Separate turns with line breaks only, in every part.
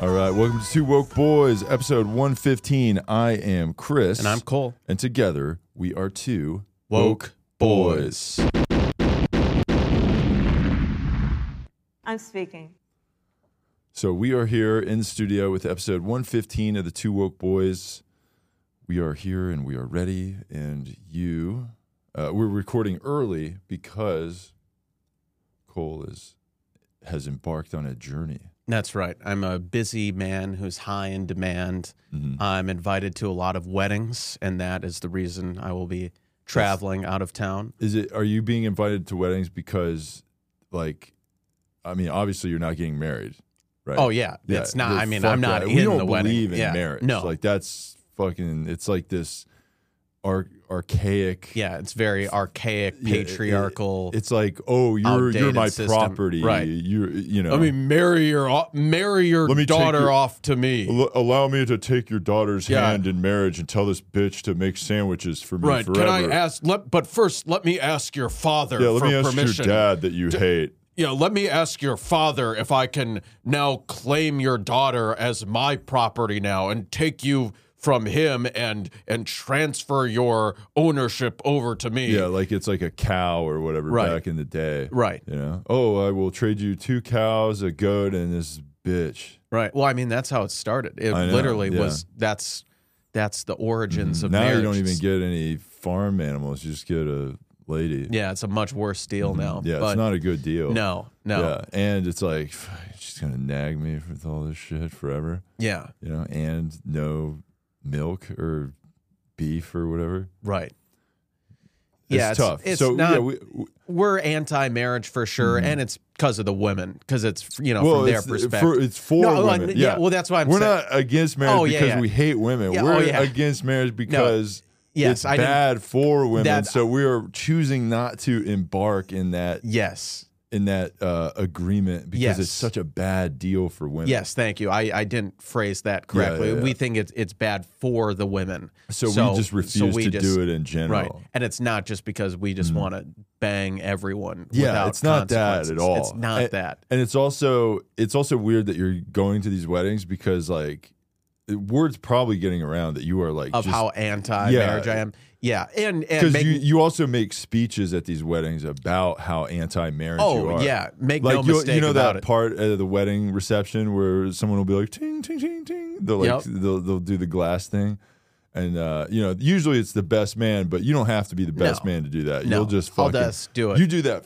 All right, welcome to Two Woke Boys, episode 115. I am Chris.
And I'm Cole.
And together we are two
Woke
boys.
I'm speaking.
So we are here in studio with episode 115 of the Two Woke Boys. We are here and we are ready. And you, uh, we're recording early because Cole is has embarked on a journey.
That's right. I'm a busy man who's high in demand.
Mm-hmm.
I'm invited to a lot of weddings, and that is the reason I will be traveling out of town.
Is it? Are you being invited to weddings because, like, I mean, obviously you're not getting married, right?
Oh yeah, it's not.
the-
I mean,
fuck
I'm not
that.
in
we don't
the
believe
wedding.
in
yeah.
marriage.
No.
like that's fucking. It's like this ar- archaic.
yeah, it's very archaic,
Yeah, it-
patriarchal.
It's like, oh, you're you're
outdated
my
system.
property.
Right.
You you know.
let me marry your o- marry your
um, Let me take
daughter
your-
off to me.
Al- allow me to take your daughter's
Yeah.
hand in marriage and tell this bitch to make sandwiches for me
right?
forever.
Can I ask? Let, but first, let me ask your father
yeah, let
for
me ask
permission.
your dad that you hate.
you know, let me ask your father if I can now claim your daughter as my property now and take you from him and and transfer your ownership over to me.
Yeah, like it's like a cow or whatever
Right.
back in the day.
Right.
You know. Oh, I will trade you two cows, a goat, and this bitch.
Right. Well, I mean, that's how it started. It
I know,
literally
yeah. Mm-hmm.
was that's that's the origins of
now
marriage.
you don't even
It's-
get any farm animals. You just get a lady.
Yeah, it's a much worse deal now.
Mm-hmm. Yeah,
but
it's not a good deal.
no, no. Yeah.
Yeah, and it's like she's gonna nag me with all this shit forever, you know. And no milk or beef or whatever.
Right.
It's
yeah,
tough.
It's, it's
so
not,
yeah, we, we-
we're anti-marriage for sure, and it's because of the women, because it's you know
well,
from their
it's, uh,
perspective.
for, it's for
No, well,
women.
yeah,
yeah.
well, that's why I'm
We're
saying-
not against marriage
Oh, yeah,
because
yeah.
we hate women.
Yeah,
We're
oh, yeah.
against marriage because.
yes,
it's
I didn't-
bad for women,
That-
so we are choosing not to embark in that
yes.
in that uh, agreement because
Yes.
it's such a bad deal for women.
Yes, thank you. I, I didn't phrase that correctly.
yeah, yeah.
We think it's it's bad for the women.
So, we just
so
refuse
we
to
just-
do it in general.
Right. And it's not just because we just want to bang everyone.
Yeah,
without
it's not that at
consequences.
all.
It's not
And-
that.
And it's also it's also weird that you're going to these weddings because like word's probably getting around that you are like
Of
just-
how anti-marriage
Yeah.
I am. Yeah, and and
because
make,
you, you also make speeches at these weddings about how anti-marriage you
oh
are.
yeah, make
like
no
you,
mistake
you know
about
that
it.
part of the wedding reception where someone will be like ting ting ting ting they'll like
Yep.
they'll, they'll do the glass thing and uh, you know usually it's the best man but you don't have to be the best
No.
man to do that
No.
you'll just
I'll
fucking
just do it.
you do that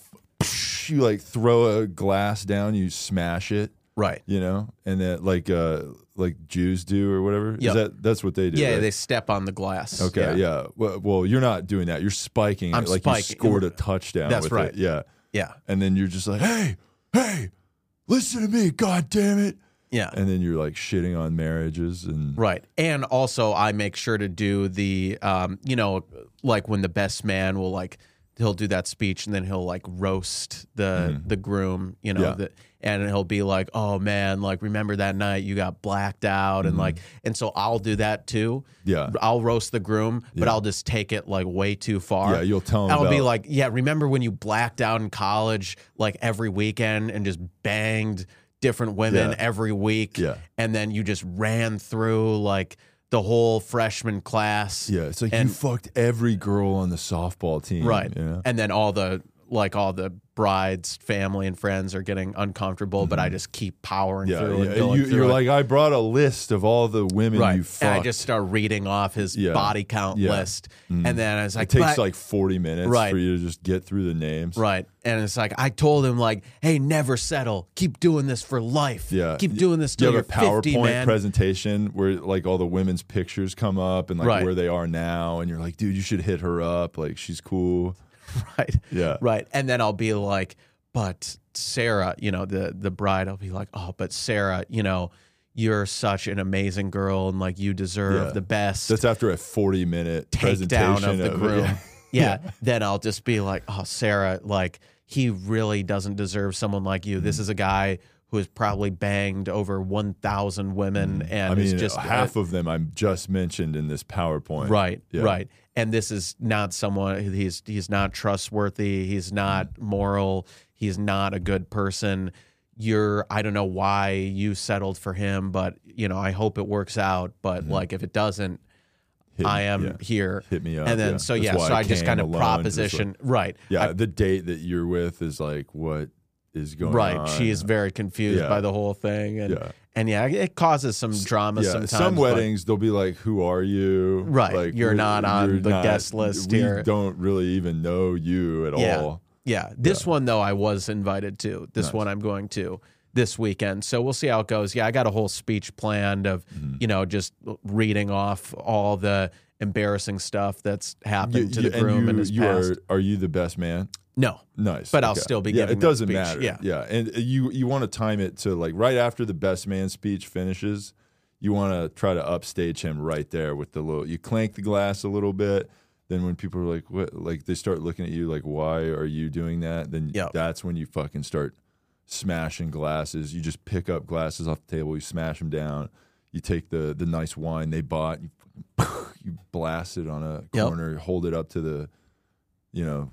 you like throw a glass down you smash it
right.
you know and that like uh like Jews do or whatever
Yep.
is that that's what they do
Yeah,
right?
they step on the glass.
okay
yeah.
yeah, Well, well you're not doing that you're spiking
I'm
it like you
spiking.
scored a touchdown
That's
with
right.
it. yeah
Yeah.
and then you're just like, hey, hey, listen to me, god damn it.
Yeah.
And then you're like shitting on marriages and
Right. And also I make sure to do the um, you know, like when the best man will like he'll do that speech and then he'll like roast the the groom, you know,
Mm-hmm. Yeah.
the, and he'll be like, "Oh man, like remember that night you got blacked out and like and so I'll do that too.
Mm-hmm. Yeah.
I'll roast the groom, but I'll just take it like way too far.
Yeah, you'll tell him
I'll be
Oh, about-
like, "Yeah, remember when you blacked out in college like every weekend and just banged different women
Yeah.
every week?"
Yeah.
and then you just ran through like the whole freshman class.
yeah, it's like
and-
you fucked every girl on the softball team.
Right.
You know?
And then all the like all the bride's family and friends are getting uncomfortable, but I just keep powering
Mm-hmm. Yeah,
through
yeah.
and going
You,
through
you're
it.
like, I brought a list of all the women
right.
you
and
fucked.
I just start reading off his
Yeah.
body count
Yeah. Mm-hmm.
list. And then I was like,
it takes
"But-"
like 40 minutes
Right.
for you to just get through the names.
Right. And it's like I told him like, hey, never settle. Keep doing this for life.
Yeah.
Keep doing this
You
till
have
you're
a PowerPoint
50, man.
presentation where like all the women's pictures come up and like
Right.
where they are now, and you're like, dude, you should hit her up. Like she's cool.
right?
Yeah.
Right. And then I'll be like, but Sarah, you know, the the bride, I'll be like, oh, but Sarah, you know, you're such an amazing girl and like you deserve
Yeah.
the best
That's after a 40 minute presentation
takedown of the groom.
yeah.
Yeah. Then I'll just be like, oh, Sarah, like he really doesn't deserve someone like you.
Mm.
This is a guy who has probably banged over 1,000 women and
Mm. I
is
mean,
just
half of them I'm just mentioned in this PowerPoint.
Right,
Yeah.
right. And this is not someone he's
Mm-hmm.
he's not trustworthy, he's not moral, he's not a good person. you're I don't know why you settled for him, but you know, I hope it works out. But like if it doesn't,
Mm-hmm. Hit-
I am
yeah.
here.
Hit me up,
And then
yeah.
so
That's
yeah,
why
so
I
I just
came
kind of
alone, just like-
proposition right.
Yeah,
I-
the date that you're with is like what is going
right.
on.
She is very confused
Yeah.
by the whole thing. And
Yeah.
and yeah, it causes some drama
Yeah,
sometimes.
some
but-
weddings they'll be like, "Who are you?"
Right,
like
you're
we-
not on
you're
the guest list
We
here.
don't really even know you at
Yeah.
all.
Yeah. This one though I was invited to. This one I'm going to this weekend. So we'll see how it goes. Yeah, I got a whole speech planned of,
Mm-hmm.
you know, just reading off all the embarrassing stuff that's happened to the groom
you,
and, his
you
past.
are are you the best man?
no.
Nice,
But I'll still be
Yeah,
giving
it
that
doesn't
speech,
matter.
yeah.
yeah, and uh, you you want to time it to like right after the best man speech finishes. You want to try to upstage him right there with the little. You clank the glass a little bit. Then when people are like, "What?" Like they start looking at you like, "Why are you doing that?" Then
Yeah.
that's when you fucking start smashing glasses. You just pick up glasses off the table. You smash them down. You take the the nice wine they bought. You fucking, you blast it on a
Yep.
corner. Hold it up to the you know,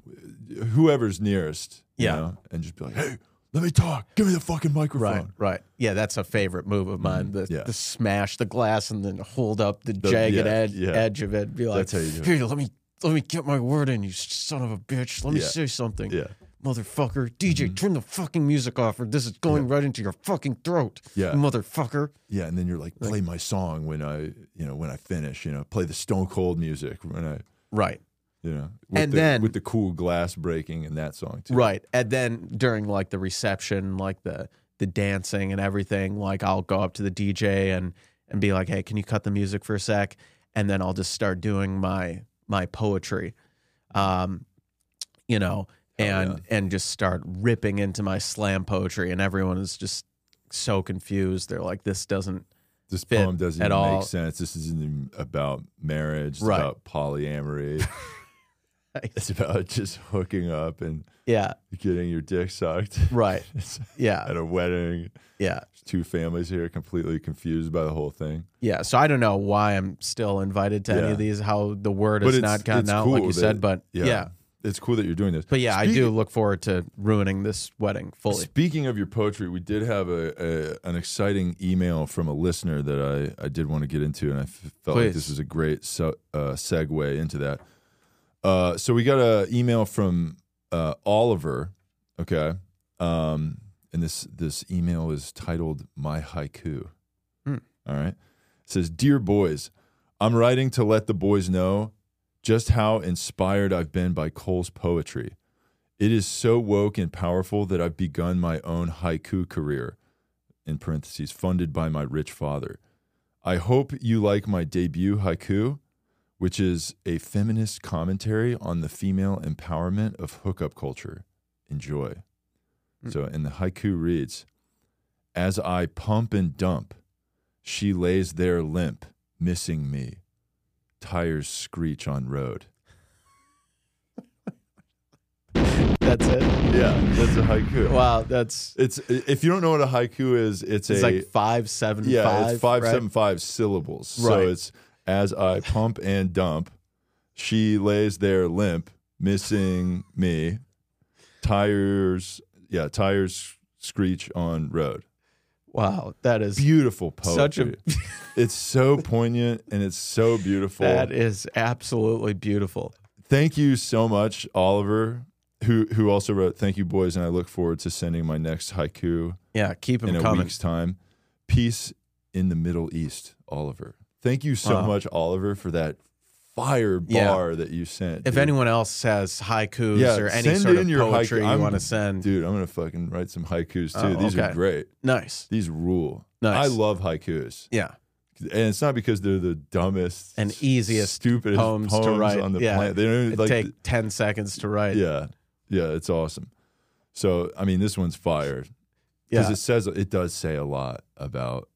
whoever's nearest. you
Yeah.
know, and just be like, hey, let me talk. Give me the fucking microphone.
Right, right. Yeah, that's a favorite move of mine. The,
Yeah.
the smash the glass and then hold up the, jagged
yeah,
edge,
yeah.
edge of it. Be like,
That's how you do it.
here, let me let me get my word in, you son of a bitch. Let me
Yeah.
say something,
Yeah. Mm-hmm.
motherfucker. DJ, turn the fucking music off, or this is going right into your fucking throat,
Yeah.
motherfucker.
Yeah. And then you're like, play my song when I, you know, when I finish, you know, play the Stone Cold music when I,
Right,
you know, with
And
the,
then-
with the cool glass breaking and that song too.
right. And then during like the reception, like the the dancing and everything, like I'll go up to the DJ and and be like, hey, can you cut the music for a sec? And then I'll just start doing my my poetry. um, you know, and and just start ripping into my slam poetry, and everyone is just so confused. They're like, "This doesn't."
This
Fit
poem doesn't
at
even
all.
make sense. This isn't even about marriage. It's
Right.
about polyamory. it's about just hooking up and
Yeah,
getting your dick sucked
right. Yeah,
at a wedding.
yeah,
There's two families here completely confused by the whole thing.
yeah. So I don't know why I'm still invited to any
Yeah.
of these. How the word has not gotten out, like you
that-
said. But yeah.
it's cool that you're doing this.
but yeah, I
Speak-
do look forward to ruining this wedding fully.
Speaking of your poetry, we did have a, a an exciting email from a listener that I, I did want to get into, and I f- felt like
Please.
this was a great se- uh, segue into that. Uh, so we got an email from uh, Oliver. Okay, um, and this this email is titled "My Haiku."
Hmm.
All right, it says, "Dear boys, I'm writing to let the boys know just how inspired I've been by Cole's poetry." It is so woke and powerful that I've begun my own haiku career, in parentheses, funded by my rich father. I hope you like my debut haiku, which is a feminist commentary on the female empowerment of hookup culture. Enjoy. So, and the haiku reads As I pump and dump, she lays there limp, missing me. Tires screech on road.
That's it.
Yeah, that's a haiku.
Wow, that's
It's if you don't know what a haiku is, it's,
it's
a
like five seven
yeah,
five,
it's five
right?
seven five syllables.
Right.
So it's as I pump and dump, she lays there limp, missing me, tires yeah tires screech on road.
Wow, that is
Beautiful poetry.
such a
it's so poignant and it's so beautiful.
that is absolutely beautiful.
thank you so much, Oliver, who who also wrote "Thank you, boys," and I look forward to sending my next haiku.
Yeah, keep
in
them
a
coming.
week's time. Peace in the Middle East, Oliver. Thank you so
Wow.
much, Oliver, for that fire
Yeah.
bar that you sent.
If
dude.
anyone else has haikus
Yeah,
or any
send
sort
in
of
your
poetry
haiku.
you
I'm-
want to send,
dude, I'm gonna fucking write some haikus too.
Oh,
These are
okay.
great.
nice.
These rule.
Nice.
I love haikus,
Yeah,
and it's not because they're the dumbest
And easiest
stupidest
poems to write.
on the
Yeah.
planet. They don't even,
it
like
take ten seconds to write.
yeah, yeah. It's awesome. So I mean, this one's fire. because
yeah,
it says it does say a lot about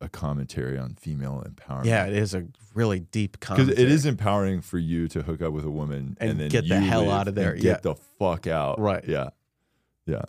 a commentary on female empowerment.
Yeah, It is a really deep
because
concept.
it is empowering for you to hook up with a woman and,
And
then
get the
you
hell
leave
out of there,
and
yeah.
Get the fuck out.
Right.
Yeah. Yeah.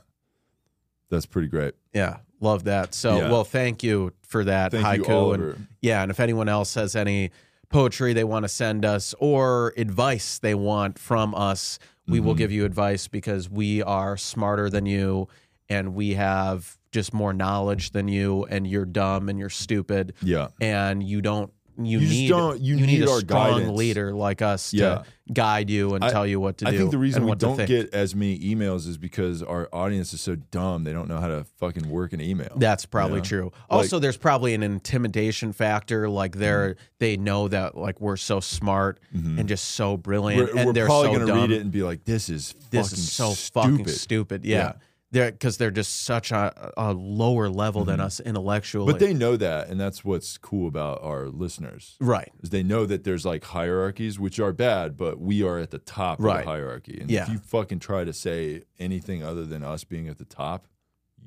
That's pretty great.
Yeah, love that. So,
Yeah.
well, thank you for that
Thank
haiku.
you, Oliver.
and yeah, and if anyone else has any poetry they want to send us or advice they want from us,
Mm-hmm.
we will give you advice because we are smarter than you and we have just more knowledge than you and you're dumb and you're stupid
Yeah.
and you don't you,
You just
need
don't- you need
a
our
strong
guidance.
leader like us
Yeah.
to guide you and
I-
tell you what to
I
do.
think the reason
and
we
what to
don't
think.
get as many emails is because our audience is so dumb. They don't know how to fucking work an email.
That's probably
Yeah.
true. Also, there's probably an intimidation factor. Like they're
Mm-hmm.
they know that like we're so smart and just so brilliant,
we're
and
we're
they're
probably
so
going to
dumb.
read it and be like, this is
This
fucking
is so
stupid.
fucking stupid. Yeah,
Yeah.
they're because they're just such a, a lower level than us intellectually.
Mm-hmm. But they know that, and that's what's cool about our listeners.
right.
Is they know that there's like hierarchies, which are bad, but we are at the top of
Right.
the hierarchy. And if
Yeah.
you fucking try to say anything other than us being at the top,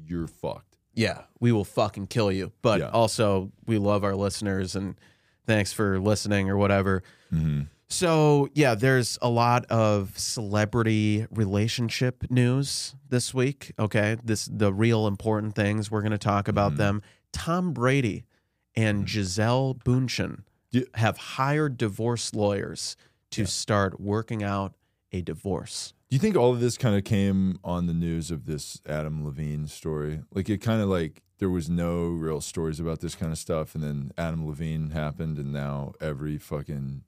you're fucked.
Yeah, we will fucking kill you. But
Yeah.
also, we love our listeners and thanks for listening or whatever.
Mm-hmm.
So, yeah, there's a lot of celebrity relationship news this week, okay? This the real important things we're going to talk about
Mhm.
them. Tom Brady and Giselle Bundchen
Do-
have hired divorce lawyers to start working out a divorce.
Do you think all of this kind of came on the news of this Adam Levine story? Like it kind of like there was no real stories about this kind of stuff, and then Adam Levine happened, and now every fucking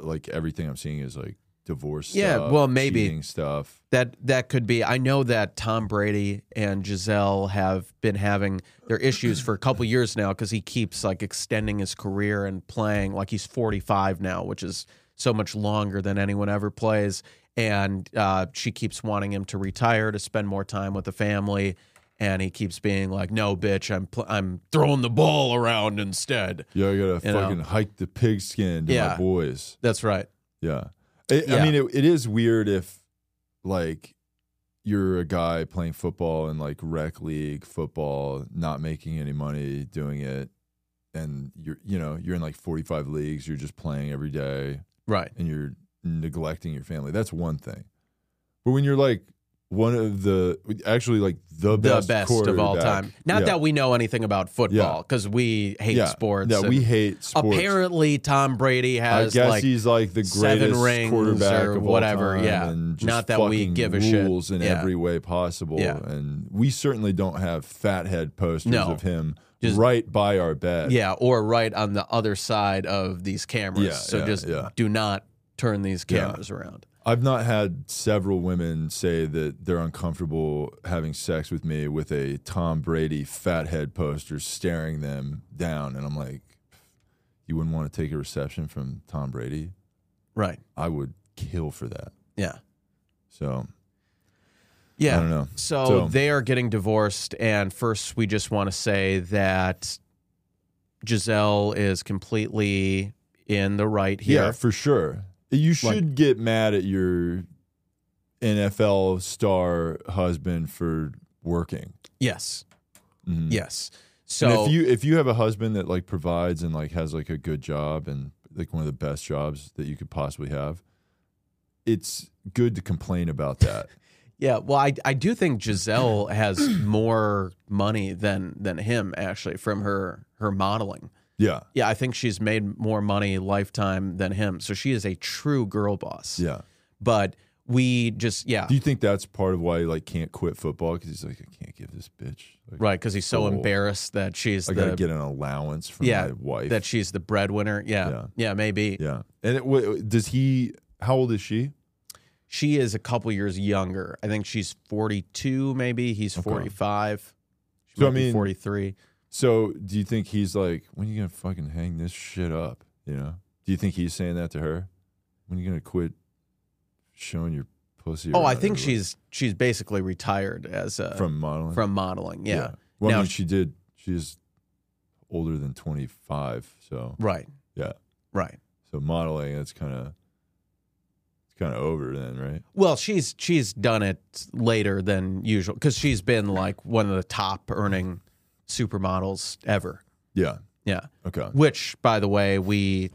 like everything I'm seeing is like divorce.
Yeah,
stuff,
well, maybe.
cheating stuff.
That that could be. I know that Tom Brady and Giselle have been having their issues for a couple years now because he keeps like extending his career and playing. Like he's 45 now, which is so much longer than anyone ever plays. And uh, she keeps wanting him to retire to spend more time with the family, and he keeps being like, "No, bitch, I'm pl- I'm
throwing the ball around instead.
Yeah, I gotta
You know.
fucking hike the pigskin to my
Yeah.
boys.
that's right,
Yeah. I I
Yeah.
mean, it, it is weird if, like, you're a guy playing football in, like, rec league football, not making any money doing it. And you're, you know, you're in like 45 leagues, you're just playing every day
right,
and you're neglecting your family. That's one thing. But when you're like one of the, actually, like the
the
best,
best, of all
quarterback-
time." Not
Yeah.
that we know anything about football because we hate
yeah,
sports.
That
and-
we hate sports.
Apparently, Tom Brady
I
has
guess
like
he's like the
seven
greatest
rings
quarterback
or
of
whatever,
All time
yeah.
and just
Not that we
fucking
give a shit.
rules in
Yeah.
every way possible.
Yeah.
And we certainly don't have fathead posters
No.
of him
Just-
right by our bed.
yeah, or right on the other side of these cameras.
Yeah,
so
yeah,
just
yeah.
do not turn these
Yeah.
cameras around.
I've not had several women say that they're uncomfortable having sex with me with a Tom Brady fathead poster staring them down, and I'm like, you wouldn't want to take a reception from Tom Brady.
Right.
I would kill for that.
Yeah.
So
Yeah.
I don't know.
So,
So-
they are getting divorced, and first we just want to say that Giselle is completely in the right here.
Yeah, for sure. You should
Like-
get mad at your NFL star husband for working.
Yes.
Mhm.
Yes. So
And if you if you have a husband that like provides and like has like a good job and like one of the best jobs that you could possibly have, it's good to complain about that.
Yeah, well, I, I do think Giselle has more money than than him actually from her her modeling.
yeah.
Yeah, I think she's made more money lifetime than him, so she is a true girl boss.
Yeah.
but we just yeah
Do you think that's part of why he like can't quit football cuz he's like I can't give this bitch like,
right because he's so
Cool.
embarrassed that she's
I got to
the
get an allowance from
Yeah,
my wife.
that she's the breadwinner. Yeah,
Yeah.
yeah, maybe
yeah. And it, w- does he how old is she?
she is a couple years younger. I think she's forty two, maybe he's forty five. She
So, I
might be
mean-
forty three.
So do you think he's like, when you gonna fucking hang this shit up? You know? Do you think he's saying that to her? When you gonna quit showing your pussy?
Oh,
around
I think
everywhere?"
she's she's basically retired as a
from modeling.
from modeling. yeah.
Well, I
Now-
mean, she did. She's older than twenty five, so
Right.
Yeah.
Right.
so modeling. That's kind of it's kind of over then, right?
Well, she's she's done it later than usual because she's been like one of the top earning supermodels ever.
Yeah.
Yeah.
Okay.
Which, by the way, we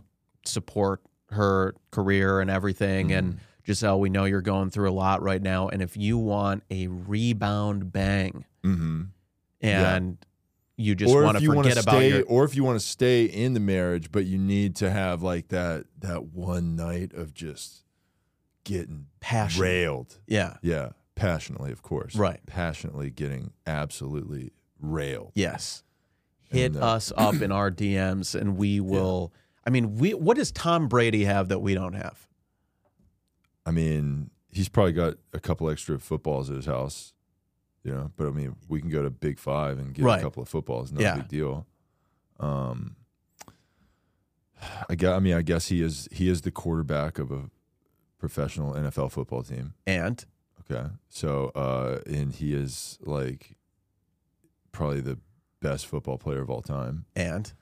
support her career and everything.
Mm-hmm.
And Giselle, we know you're going through a lot right now. And if you want a rebound bang
Mm-hmm. Yeah.
and you just
or
want
if
to
you wanna
forget about
stay,
your
or if you want to stay in the marriage, but you need to have like that that one night of just getting
passion.
railed.
Yeah.
Yeah. passionately, of course.
Right.
Passionately getting absolutely railed.
Yes. Hit
And, uh,
us up in our DMs and we will. I mean, we what does Tom Brady have that we don't have?
I mean, he's probably got a couple extra footballs at his house, you know. But I mean, we can go to Big Five and get
Right.
a couple of footballs. No
Yeah.
big deal. Um, I guess, I mean, I guess he is he is the quarterback of a professional NFL football team.
And
Okay, so uh, and he is like probably the best football player of all time.
and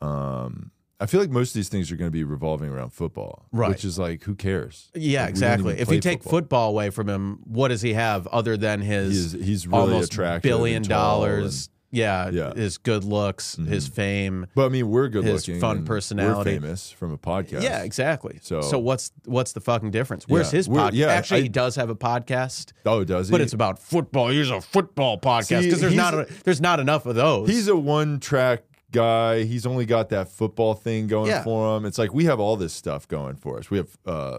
Um, I feel like most of these things are going to be revolving around football,
Right.
Which is like, who cares?
yeah,
Like, we don't
exactly.
even
If
play
you take football. away from him, what does he have other than his
he's he's really
almost
attractive,
billion
and tall and-
dollars? yeah,
Yeah. Mm-hmm.
his good looks, his fame.
but I mean, we're good
his
looking,
fun
and
personality.
We're famous from a podcast.
Yeah, exactly. So,
So-
what's what's the fucking difference? Where's
Yeah,
his
we're-
podcast?
yeah,
Actually,
I-
he does have a podcast,
Oh, does he?
but it's about football. He's a football podcast
See,
because there's
he's-
not a, there's not enough of those.
he's a one track guy. He's only got that football thing going
Yeah.
for him. It's like we have all this stuff going for us. We have uh,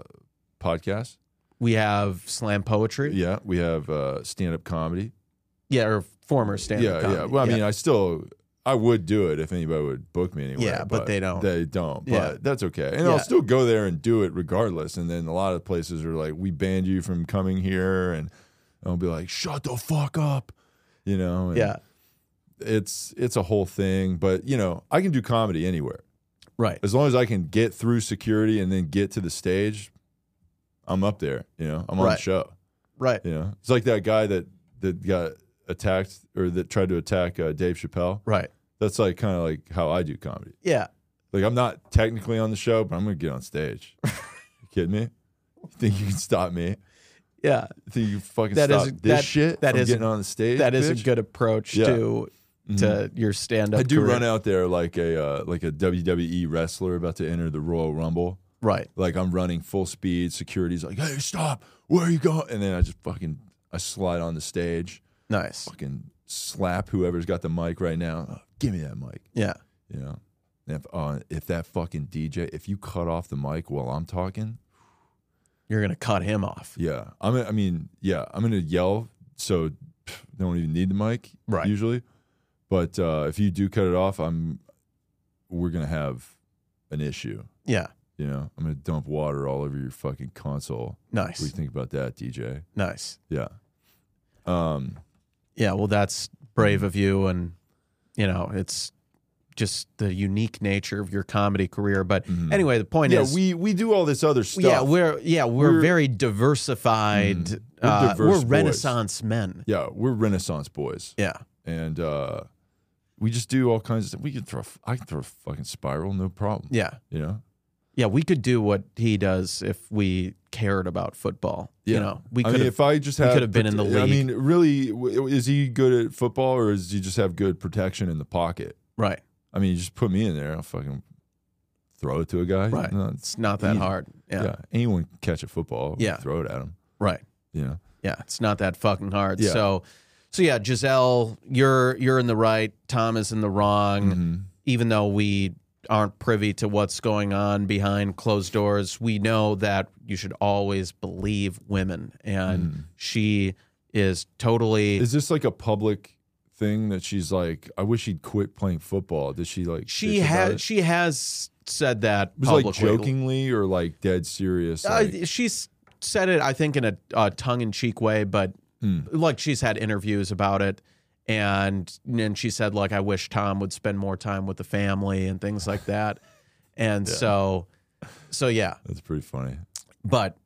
podcasts.
we have slam poetry, yeah,
Yeah, we have uh, stand up comedy.
or former stand
yeah,
up.
yeah. Well, I mean, I still. I would do it if anybody would book me anywhere.
Yeah, but they don't.
They don't. But
Yeah.
that's okay. And
Yeah.
I'll still go there and do it regardless. And then a lot of places are like, "We banned you from coming here," and I'll be like, "Shut the fuck up," you know. And
yeah,
it's it's a whole thing. But you know, I can do comedy anywhere
right.
as long as I can get through security and then get to the stage. I'm up there. You know, I'm on
Right.
the show.
Right.
You know, it's like that guy that that got attacked or that tried to attack uh, Dave Chappelle.
Right.
That's like kind of like how I do comedy.
Yeah.
Like I'm not technically on the show, but I'm gonna get on stage. you kidding me? You think you can stop me?
Yeah.
You think you can fucking
That is-
stop this
that-
shit?
that
from
is-
getting on the stage.
That is
bitch?
a good uh, approach
Yeah.
to to your stand
Mm.
up.
I do run out there like a uh, like a WWE wrestler about to enter the Royal Rumble.
Right.
Like I'm running full speed. Security's like, "Hey, stop! Where are you going?" And then I just fucking I slide on the stage,
Nice.
fucking slap whoever's got the mic right now. Oh, give me that mic.
Yeah.
You know, and if uh, if that fucking DJ, if you cut off the mic while I'm talking,
You're gonna cut him off.
yeah, I'm. I mean, yeah, I'm gonna yell, so pff, they don't even need the mic,
Right.
Usually, but uh, if you do cut it off, I'm. We're gonna have an issue.
Yeah.
You know, I'm gonna dump water all over your fucking console. What do you
Nice.
think about that, DJ?
Nice.
Yeah. Um.
Yeah, well, that's brave of you, and you know, it's just the unique nature of your comedy career. But anyway, the point
Mm-hmm. Yeah,
is,
we we do all this other stuff.
yeah, we're yeah, we're,
We're- Mm-hmm.
very diversified.
We're
uh,
diverse boys.
we're Renaissance men.
yeah, we're Renaissance boys,
Yeah,
and uh, we just do all kinds of. stuff. We can throw. I can throw a fucking spiral, no problem.
yeah,
You know.
yeah. We could do what he does if we cared about football. You
Yeah.
know, we
I
could
mean,
have
if I just
we
had,
could've been in the
I mean, really, w- is he good at football, or is he just have good protection in the pocket?
right,
I mean, you just put me in there, I'll fucking throw it to a guy.
right.
No, it's-
it's not that
easy.
hard. Yeah,
yeah. anyone can catch a football.
Yeah.
throw it at him.
right.
You know,
Yeah, it's not that fucking hard.
Yeah.
So, so yeah, Giselle, you're you're in the right. Tom is in the wrong.
Mm-hmm.
even though we aren't privy to what's going on behind closed doors, we know that you should always believe women. And she is totally.
Mm. is this like a public thing that she's like? I wish she'd quit playing football. Did she like? bitch
she
about
has
it?
she has said that
was it,
publicly.
like jokingly or like dead serious. like-
Uh, she's said it, I think, in a uh, tongue-in-cheek way, but
Hmm.
like she's had interviews about it, and and she said like, I wish Tom would spend more time with the family and things like that, and so, so yeah,
that's pretty funny.
but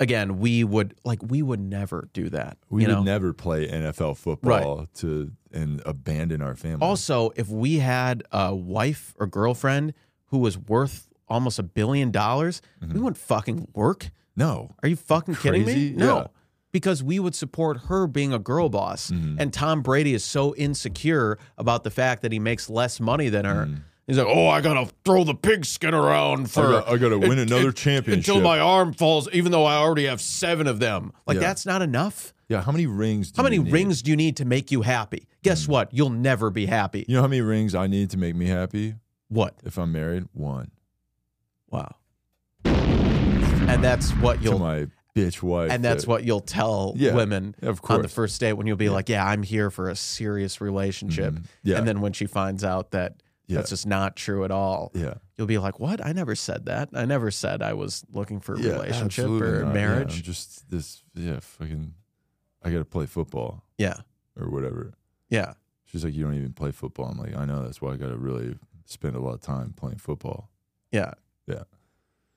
again we would like we would never do that
We
you know
would never play NFL football to and abandon our family.
also if we had a wife or girlfriend who was worth almost a billion dollars
Mm-hmm.
we wouldn't fucking work
no,
are you fucking kidding
Crazy?
me no
Yeah.
because we would support her being a girl boss
Mm-hmm.
and tom brady is so insecure about the fact that he makes less money than her
Mm.
He's like, oh, I gotta throw the pigskin around for.
gotta- Mm-hmm. I gotta win another
until
championship."
my arm falls, even though I already have seven of them.
like
Yeah.
that's not enough
Yeah, how many rings? Do
how many
you need?
rings do you need to make you happy
Mm-hmm.
guess what you'll never be happy
You know how many rings I need to make me happy
what
if I'm married? One.
Wow. And that's what
to
you'll
my bitch wife.
and that's
that-
what you'll tell
Yeah,
women
of
on the
course.
first date when you'll be like, "Yeah, I'm here for a serious relationship,"
Mhm. Yeah.
and then when she finds out that
Yeah.
that's just not true at all,
Yeah.
you'll be like, "What? I never said that. I never said I was looking for a
Yeah,
relationship
absolutely
or
not. Yeah,
marriage."
I'm just this, yeah, fucking, I got to play football
Yeah,
or whatever.
yeah,
She's like, you don't even play football. I'm like, I know. That's why I got to really spend a lot of time playing football.
yeah,
Yeah.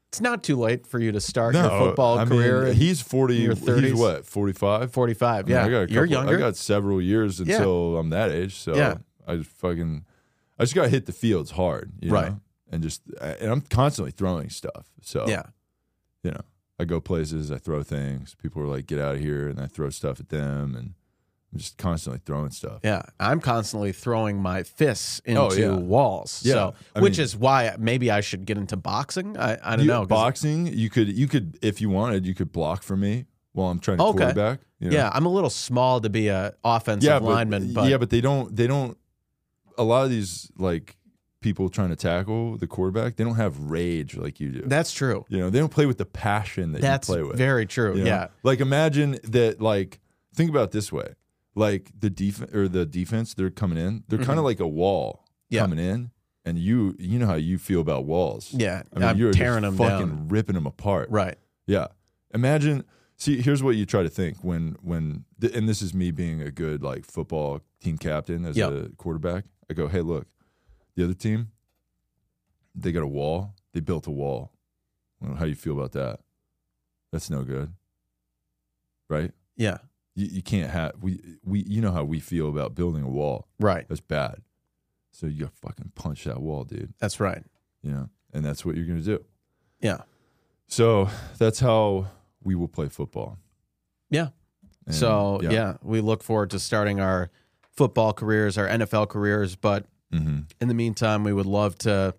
It's not too late for you to start your football
I mean,
career. at
he's 40.
in your
He's
30s.
what, 45?
45.
I mean, I
Yeah,
got a
you're
couple-
younger.
I got several years
Yeah.
until I'm that age. So
Yeah.
I just fucking, I just got to hit the fields hard. You
Right.
Know? And just, and I'm constantly throwing stuff. So,
yeah,
you know, I go places, I throw things. People are like, get out of here. And I throw stuff at them. And I'm just constantly throwing stuff.
Yeah, I'm constantly throwing my fists into
Oh, yeah.
walls.
Yeah,
so,
I
which
mean-
is why maybe I should get into boxing. I, I don't
You-
know. 'cause-
boxing, you could, you could, if you wanted, you could block for me while I'm trying to
Okay.
quarterback. You know?
Yeah, I'm a little small to be a offensive lineman, but
yeah, but they don't they don't a lot of these like people trying to tackle the quarterback, they don't have rage like you do.
that's true.
you know, they don't play with the passion that
That's
you play with.
very true.
you know?
Yeah,
Like imagine that like think about it this way. Like the defense or the defense, they're coming in. They're kind of like a wall
Mm-hmm. Yeah.
coming in. And you you know how you feel about walls.
yeah.
I mean
am
you're
tearing them
just
down.
fucking ripping them apart.
Right.
Yeah. Imagine. See, here's what you try to think when when th- and this is me being a good like football team captain as
Yep.
a quarterback. I go, hey, look, the other team, they got a wall. They built a wall. Well, how do you feel about that? That's no good, right?
Yeah.
You, you can't have we we you know how we feel about building a wall.
Right.
That's bad. So you gotta fucking punch that wall, dude.
That's right.
You know, and that's what you're gonna do.
Yeah.
So that's how we will play football.
Yeah.
And,
so yeah. we look forward to starting our football careers, our NFL careers, but
Mhm.
in the meantime, we would love to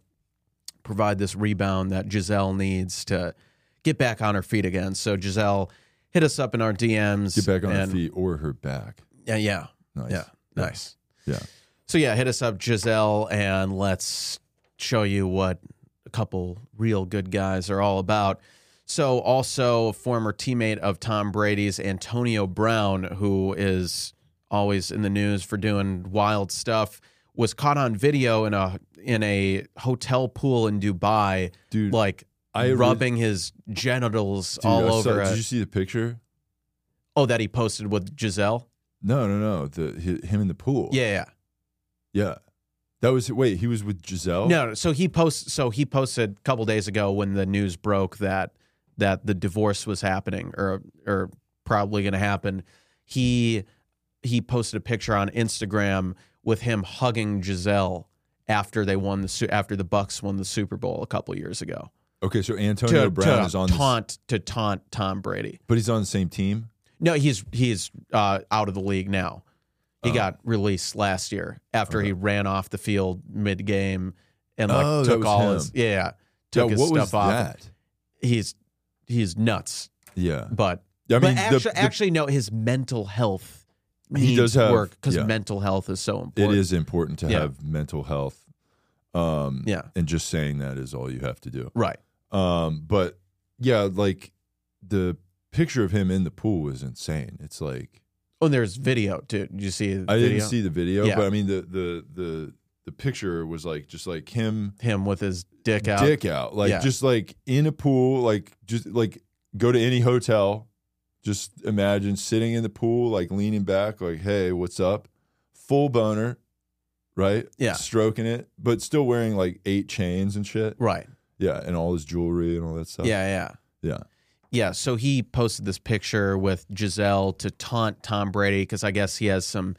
provide this rebound that Giselle needs to get back on her feet again. So Giselle, hit us up in our DMs.
Get back on
and,
her feet or her back.
Yeah, yeah,
Nice.
yeah, nice.
Yeah.
So yeah, hit us up, Giselle, and let's show you what a couple real good guys are all about. So also a former teammate of Tom Brady's, Antonio Brown, who is always in the news for doing wild stuff, was caught on video in a in a hotel pool in Dubai,
Dude,
like
I
rubbing his genitals
dude,
all
I saw-
over. a-
Did you see the picture?
oh, that he posted with Giselle.
No, no, no. The hi- him in the pool.
Yeah, yeah.
yeah. That was wait. He was with Giselle.
No, no, so he posts. So he posted a couple days ago when the news broke that that the divorce was happening or or probably going to happen. He he posted a picture on Instagram with him hugging Giselle after they won the Su- after the Bucks won the Super Bowl a couple years ago.
Okay, so
To-
Antonio Brown
to
is on, the,
taunt to taunt Tom Brady.
but he's on the same team.
No, he's he's uh, out of the league now.
Oh.
He got released last year after he ran off the field mid game and like
Oh, that
took
was
all
him.
his yeah, yeah, took
yeah,
his
what
stuff
was
off.
that?
He's he's nuts,
Yeah,
but
I mean,
but
the-
actually,
the-
actually no, his mental health
He
needs
does have-
work because
yeah.
mental health is so
it
important.
is important to
Yeah.
have mental health. Um,
yeah,
and just saying that is all you have to do.
right,
Um, but yeah, like the picture of him in the pool was insane. It's like
oh, and there's video too. Did you see? The
I
video?
didn't see the video,
Yeah.
but I mean the the the the picture was like just like him
him with his dick out.
dick out, like
Yeah.
just like in a pool, like just like go to any hotel, just imagine sitting in the pool, like leaning back, like hey, what's up, full boner, right?
Yeah.
stroking it, but still wearing like eight chains and shit.
Right.
Yeah, and all his jewelry and all that stuff.
Yeah, yeah.
yeah.
Yeah, so he posted this picture with Giselle to taunt Tom Brady because I guess he has some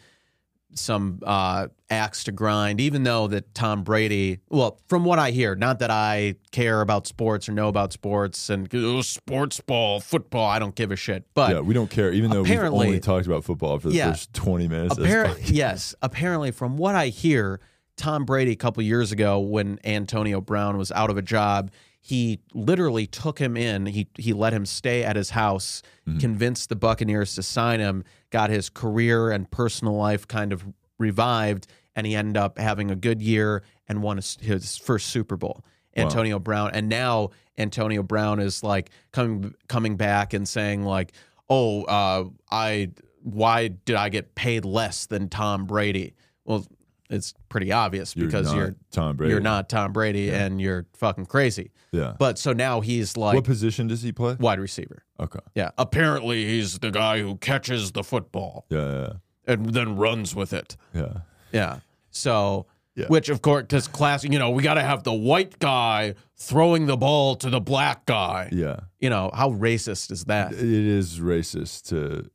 some uh, axe to grind. Even though that Tom Brady, well, from what I hear, not that I care about sports or know about sports and "Ugh, sports ball, football, I don't give a shit. But
yeah, we don't care, even though we've
Apparently-
only talked about football for the
Yeah.
first 20 minutes. of this
Apparently,
podcast.
yes. Apparently, from what I hear, Tom Brady a couple years ago, when Antonio Brown was out of a job, he literally took him in. He he let him stay at his house, convinced the Buccaneers to sign him, got his career and personal life kind of revived, and he ended up having a good year and won his, his first Super Bowl.
Wow.
Antonio Brown, and now Antonio Brown is like coming coming back and saying like, "Oh, uh, I why did I get paid less than Tom Brady?" Well, it's pretty obvious
You're
because
not
you're
Tom Brady.
you're not Tom Brady and you're fucking crazy.
Yeah.
But so now he's like
what position does he play?
wide receiver.
Okay.
Yeah,
Apparently, he's the guy who catches the football
Yeah.
and then runs with it.
Yeah. yeah.
yeah. So
Yeah.
Which, of course, because class, you know, we got to have the white guy throwing the ball to the black guy.
Yeah.
you know how racist is that?
It is racist to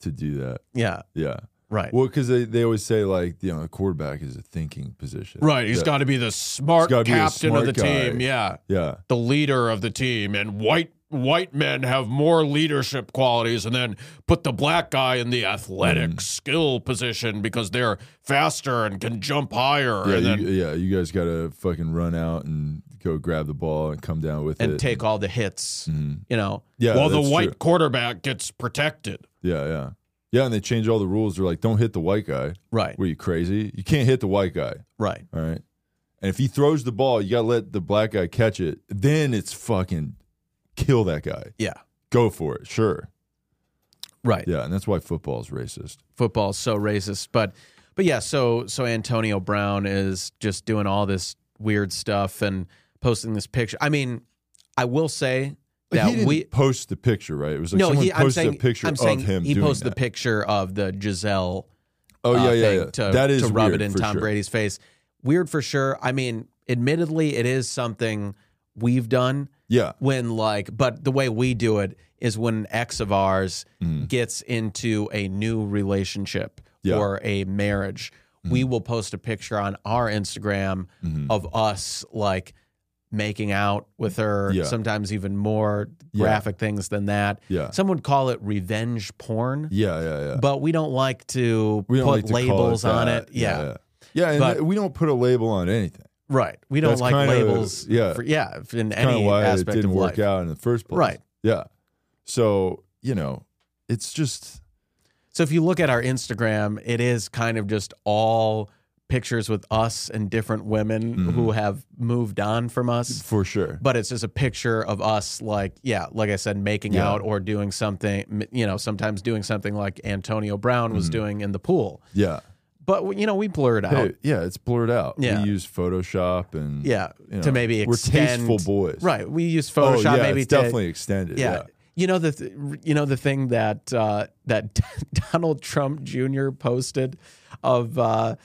to do that.
Yeah,
Yeah.
right.
Well, because they, they always say like you know a quarterback is a thinking position.
Right.
He's
He's got to be the smart
He's gotta
captain
be the smart
of the
guy.
team. Yeah.
Yeah.
The leader of the team. And white white men have more leadership qualities and then put the black guy in the athletic
Mm.
skill position because they're faster and can jump higher
Yeah.
and then
you, yeah. You guys gotta fucking run out and go grab the ball and come down with it.
and take all the hits.
Mhm.
You know,
uh, Yeah.
while the
that's
white
true.
quarterback gets protected.
Yeah. Yeah. Yeah. And they change all the rules. They're like, don't hit the white guy.
right,
Were you crazy? You can't hit the white guy.
right.
All right. And if he throws the ball, you got to let the black guy catch it. Then it's fucking kill that guy.
Yeah,
Go for it. Sure.
right.
Yeah. And that's why football is racist.
Football's so racist, but but yeah. So so Antonio Brown is just doing all this weird stuff and posting this picture. I mean, I will say
Like,
that
he didn't
we
post the picture, right? It was like
no.
someone
He,
posted
I'm saying
a picture
I'm saying
of him
he
doing
posted
that.
the picture of the Giselle
Oh,
uh,
yeah, yeah,
thing
yeah.
to,
that is
to rub
weird
it in
for
Tom
sure.
Brady's face. Weird for sure. I mean, admittedly, it is something we've done
Yeah.
when like, but the way we do it is when an ex of ours
Mm.
gets into a new relationship
Yeah. Mm-hmm.
or a marriage, we will post a picture on our Instagram
Mhm.
of us like making out with her,
Yeah.
sometimes even more
Yeah.
graphic things than that.
Yeah.
Some would call it revenge porn
Yeah. Yeah. Yeah.
but we don't like to
we don't
put
like to call
labels
that.
on it. Yeah,
Yeah. Yeah. Yeah, and
But-
th- we don't put a label on anything.
right. We don't
That's
like
kinda-
labels.
yeah.
for, yeah, in
Kind of
any
why it
aspect
didn't
of
work
life.
out in the first place.
Right.
Yeah. So, you know, it's just
So if you look at our Instagram, it is kind of just all pictures with us and different women
Mm-hmm.
who have moved on from us.
for sure.
But it's just a picture of us, like yeah, like I said, making
Yeah.
out or doing something. m- You know, sometimes doing something like Antonio Brown was doing in the pool.
Yeah.
But you know, we blur it out.
Mm. Hey, yeah, it's blurred out.
Yeah.
We use Photoshop and
yeah,
you
to
know,
maybe
we're
extend.
tasteful boys,
Right, we use
Oh
Photoshop
yeah,
maybe
it's
to
definitely extended.
yeah.
Yeah.
You know the th- you know the thing that uh, that Donald Trump Jr. posted of uh,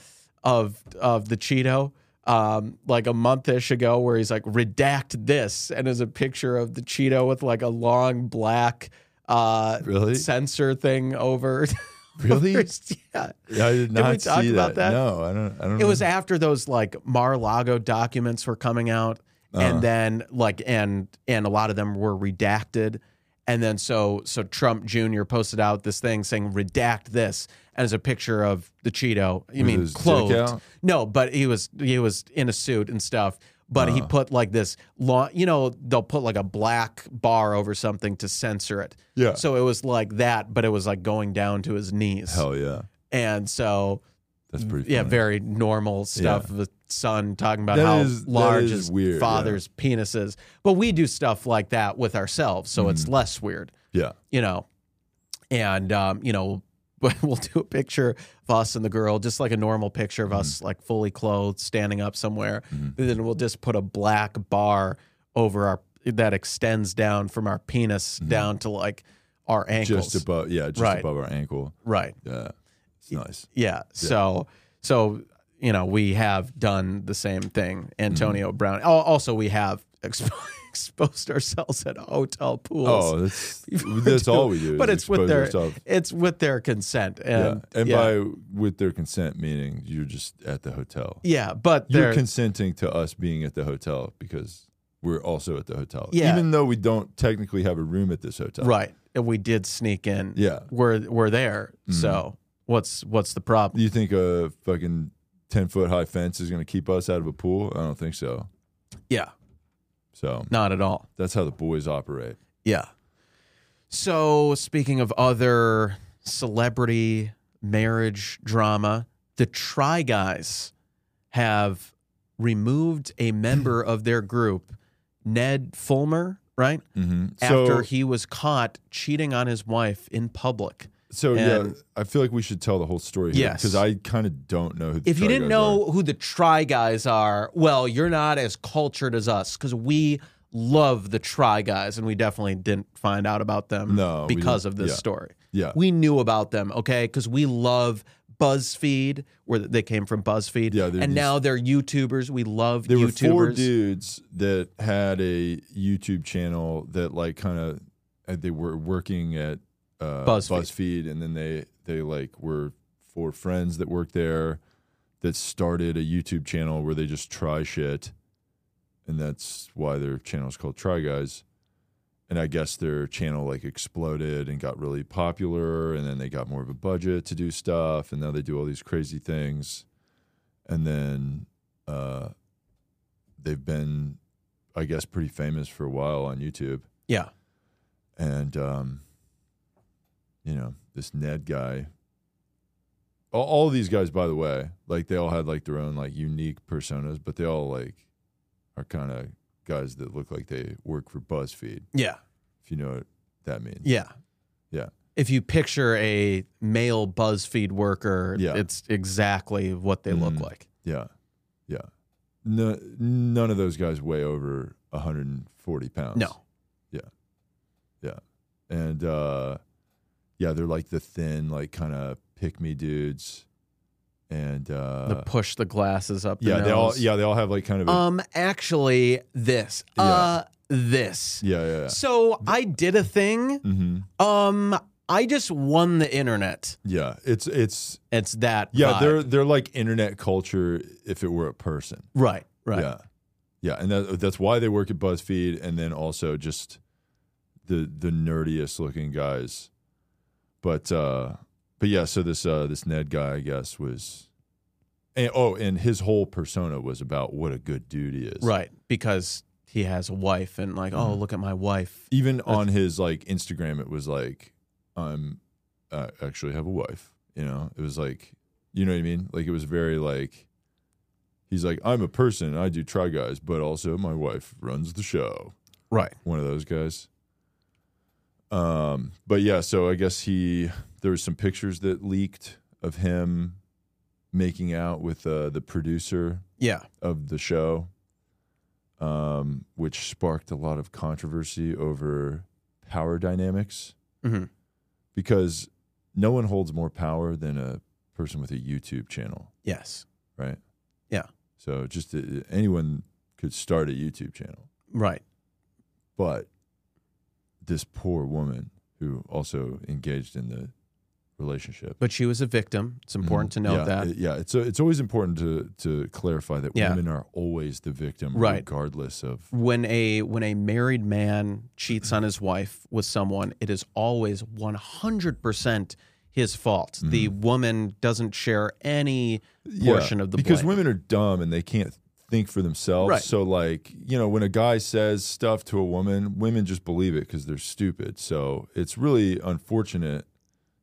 of of the Cheeto um, like a monthish ago, where he's like redact this, and is a picture of the Cheeto with like a long black uh,
Really?
sensor thing over.
Really?
yeah.
I did
we
not
talk
see
about that?
No, I don't. I don't.
It was
know.
after those like Mar-a-Lago documents were coming out,
Uh-huh.
and then like and and a lot of them were redacted, and then so so Trump Jr. posted out this thing saying redact this as a picture of the Cheeto. You
With
mean
his dick
clothed?
out?
No, but he was he was in a suit and stuff. But
Uh-huh.
he put like this long, you know, they'll put like a black bar over something to censor it.
Yeah.
So it was like that, but it was like going down to his knees.
Hell yeah,
And so
that's pretty.
Mm, yeah,
funny.
very normal stuff. The son talking about
That
how
is- that
large
is
his
weird, yeah.
father's penis is, but we do stuff like that with ourselves, so
Mm.
it's less weird,
Yeah,
you know. And um, you know, we'll do a picture of us and the girl, just like a normal picture of
Mm-hmm.
us, like fully clothed, standing up somewhere. And then we'll just put a black bar over our that extends down from our penis down to like our ankles,
Mm-hmm. just above. Yeah, just
Right.
above our ankle.
right?
Yeah, it's nice.
Yeah. So so you know we have done the same thing, Antonio
Mm-hmm.
Brown. Al- Also, we have expo- exposed ourselves at hotel pools.
Oh, that's
People
that's
do-
all we do.
But
is
it's with
expose
their
ourselves.
it's with their consent,
Yeah,
and
and
yeah,
by with their consent, meaning you're just at the hotel.
yeah, but
You're
they're
consenting to us being at the hotel because we're also at the hotel.
Yeah.
Even though we don't technically have a room at this hotel.
right. And we did sneak in.
Yeah. Mm-hmm.
we're we're there. So what's what's the problem?
You think a fucking 10 foot high fence is going to keep us out of a pool? I don't think so.
Yeah,
So
not at all.
that's how the boys operate.
Yeah. So, speaking of other celebrity marriage drama, the Try Guys have removed a member of their group, Ned Fulmer, right?
hmm
After
so,
he was caught cheating on his wife in public.
so yeah,
and-
I feel like we should tell the whole story. here
Yes.
because I kind of don't know. Who the
If you
Try
didn't
Guys are.
know who the Try Guys are, well, you're not as cultured as us because we love the Try Guys, and we definitely didn't find out about them
No, we
because
didn't.
of this
Yeah.
story.
Yeah.
We knew about them, okay, because we love BuzzFeed, where they came from BuzzFeed.
Yeah,
and
they're these-
now they're YouTubers. We love
there were
YouTubers.
four dudes that had a YouTube channel that like kind of uh, they were working at uh,
BuzzFeed.
BuzzFeed, and then they they like were four friends that worked there that started a YouTube channel where they just try shit, and that's why their channel is called Try Guys. And I guess their channel like exploded and got really popular, and then they got more of a budget to do stuff, and now they do all these crazy things, and then. Uh, they've been, I guess, pretty famous for a while on YouTube.
Yeah.
And, um, you know, this Ned guy, all, all of these guys, by the way, like they all had like their own like unique personas, but they all like are kind of guys that look like they work for BuzzFeed,
Yeah.
if you know what that means.
Yeah.
Yeah.
If you picture a male BuzzFeed worker,
Yeah.
it's exactly what they look
Mhm.
like.
Yeah. Yeah. No, none of those guys weigh over 140 pounds.
No.
and uh yeah they're like the thin like kind of pick me dudes and uh
the push the glasses up. The
yeah they all
nose.
yeah they all have like kind of a,
Um, actually, this.
Yeah.
Uh, this.
yeah yeah,
So I did a thing.
yeah. hmm
Um, I just won the internet.
yeah it's it's
It's that.
yeah
vibe.
they're they're like internet culture if it were a person
right. Right.
yeah yeah and that, that's why they work at buzzfeed and then also just the the nerdiest looking guys but uh but yeah so this uh this ned guy i guess was and, oh and his whole persona was about what a good dude he is Mm-hmm.
Right. Because he has a wife, and like, oh, look at my wife.
even on his like Instagram, it was like, I'm I actually have a wife. You know, it was like, you know what I mean? Like it was very like, he's like, I'm a person. I do try guys, but also my wife runs the show.
Right.
One of those guys. Um, but yeah, so I guess he there was some pictures that leaked of him making out with uh, the producer
Yeah.
of the show, um, which sparked a lot of controversy over power dynamics
Mhm.
because no one holds more power than a person with a YouTube channel,
Yes.
right?
Yeah.
So just uh, anyone could start a YouTube channel,
Right.
but this poor woman who also engaged in the relationship.
But she was a victim. It's important to
know
note that.
Mm-hmm. yeah, it's it's always important to to clarify that
Yeah.
women are always the victim,
Right.
regardless of
when a when a married man cheats on his wife with someone, it is always one hundred percent his fault.
Mm-hmm.
The woman doesn't share any portion of the
because
blame.
women are dumb and they can't think for themselves.
Right.
So like you know when a guy says stuff to a woman, women just believe it because they're stupid. So it's really unfortunate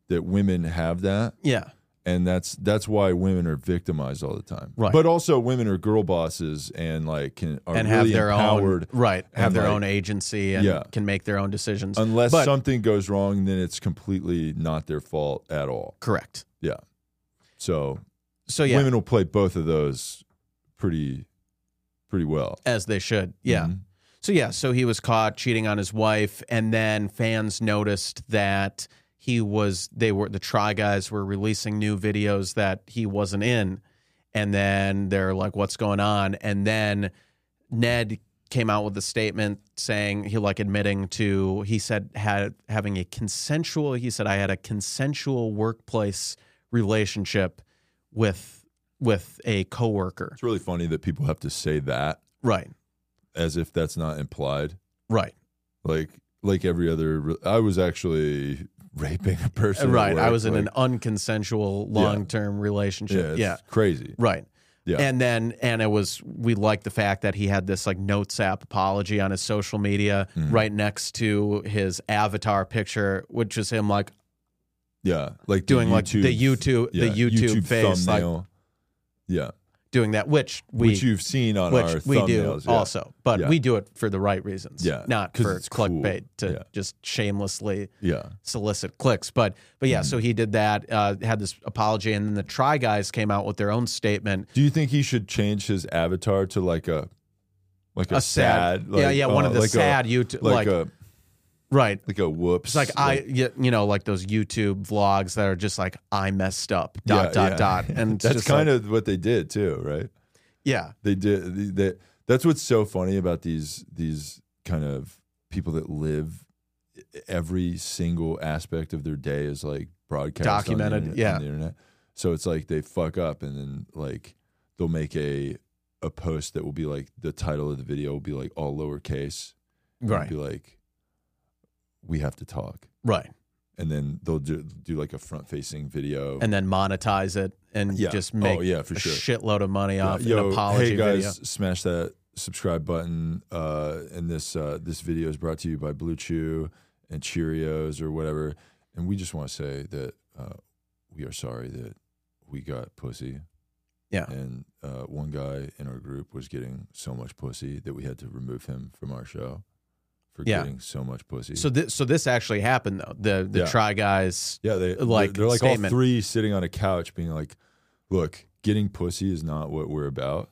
that women have that,
yeah,
and that's that's why women are victimized all the time.
Right.
But also women are girl bosses and like can are
and
really
have their
empowered.
own right, have
and,
their
like-
own agency and
Yeah.
can make their own decisions.
Unless
But-
something goes wrong, then it's completely not their fault at all.
Correct.
Yeah. So
So yeah,
women will play both of those pretty pretty well.
as they should. Yeah.
Mhm.
So yeah, so he was caught cheating on his wife, and then fans noticed that he was they were the try guys were releasing new videos that he wasn't in, and then they're like, "What's going on?" And then Ned came out with a statement saying he like admitting to he said had having a consensual he said I had a consensual workplace relationship with with a coworker.
It's really funny that people have to say that
Right.
as if that's not implied.
Right.
Like like every other re- I was actually raping a person. at
right. I
work,
was in
like-
an unconsensual long term
yeah,
relationship.
it's
Yeah.
crazy.
Right.
Yeah.
And then, and it was, we liked the fact that he had this like notes app apology on his social media
Mhm.
right next to his avatar picture, which is him like
yeah, like the
doing like the
YouTube
YouTube,
yeah,
the YouTube, face. Like,
thumbnail. yeah.
doing that, which we
which you've seen on
which
our
we do
thumbnails. yeah.
also, but
Yeah.
we do it for the right reasons.
Yeah,
not
'cause
for
it's cool.
clickbait to
Yeah.
just shamelessly
Yeah.
solicit clicks. But but yeah,
Hmm.
so he did that. Uh, had this apology, and then the Try Guys came out with their own statement.
Do you think he should change his avatar to like a like a,
A sad, yeah,
like,
yeah, one
uh,
of the
like a-
sad YouTube,
like,
like,
a
right.
like a whoops.
It's like I, you you know, like those YouTube vlogs that are just like I messed up, dot
Yeah,
dot
yeah.
dot, and it's
that's
just
kind
like,
of what they did too, right?
yeah,
They did they, they- that's what's so funny about these these kind of people that live every single aspect of their day is like broadcast on the
Documented,
internet-
yeah.
on the internet. So it's like they fuck up and then like they'll make a a post that will be like the title of the video will be like all lowercase and
right,
be like, we have to talk.
right,
And then they'll do, do like a front facing video.
and then monetize it and
Yeah.
just
Oh,
make
yeah, for
a
sure.
shitload of money
Yeah,
off
yo,
an apology
hey guys,
video.
smash that subscribe button. Uh, and this uh, this video is brought to you by Blue Chew and Cheerios or whatever. And we just want to say that uh, we are sorry that we got pussy.
Yeah.
And uh, one guy in our group was getting so much pussy that we had to remove him from our show for
Yeah.
getting so much pussy.
So this so this actually happened though. The the
Yeah.
Try Guys
Yeah, they
like,
like they're like
statement.
all three sitting on a couch, being like, "Look, getting pussy is not what we're about."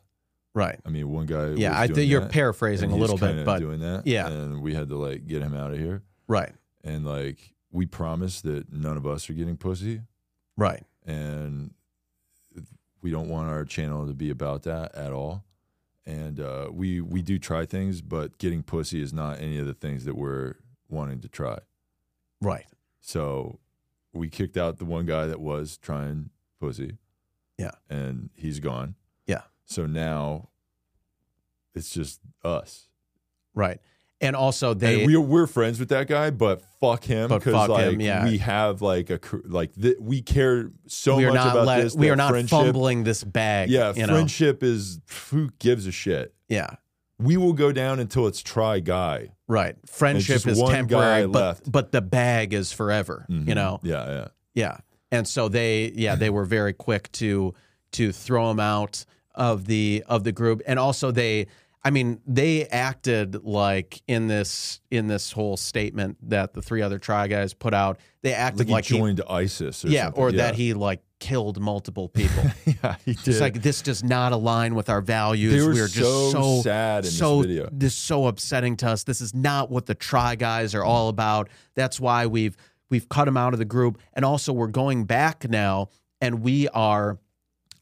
Right.
I mean, one guy. was
Yeah, I
doing
think you're
that, and
paraphrasing a
he was
little bit,
kinda
but
doing that.
yeah.
and we had to like get him out of here,
right,
and like we promise that none of us are getting pussy,
right,
and we don't want our channel to be about that at all. And uh, we we do try things, but getting pussy is not any of the things that we're wanting to try.
right.
So we kicked out the one guy that was trying pussy.
Yeah.
And he's gone.
Yeah.
So now it's just us.
Right. And also they
and we're, we're friends with that guy, but fuck him
But fuck
like
him, yeah.
we have like a cr- like th- we care so
we are
much
not
about
let-
this.
we
that
are not
friendship,
fumbling this bag.
Yeah,
you know.
friendship is who gives a shit.
Yeah.
We will go down until it's try guy.
Right.
It's
Friendship
just
is
one
temporary,
guy
but
left.
but the bag is forever. You
Mhm.
know.
Yeah, yeah.
Yeah. And so they yeah, they were very quick to to throw him out of the of the group and also they I mean, they acted like in this in this whole statement that the three other try guys put out, they acted
Like,
like,
he
he
joined ISIS or
yeah,
something.
or that he like killed multiple people.
yeah, he did.
It's like this does not align with our values.
They were
We're just
so
so
sad in this
so-
video.
this is so upsetting to us. This is not what the try guys are all about. That's why we've we've cut him out of the group, and also we're going back now, and we are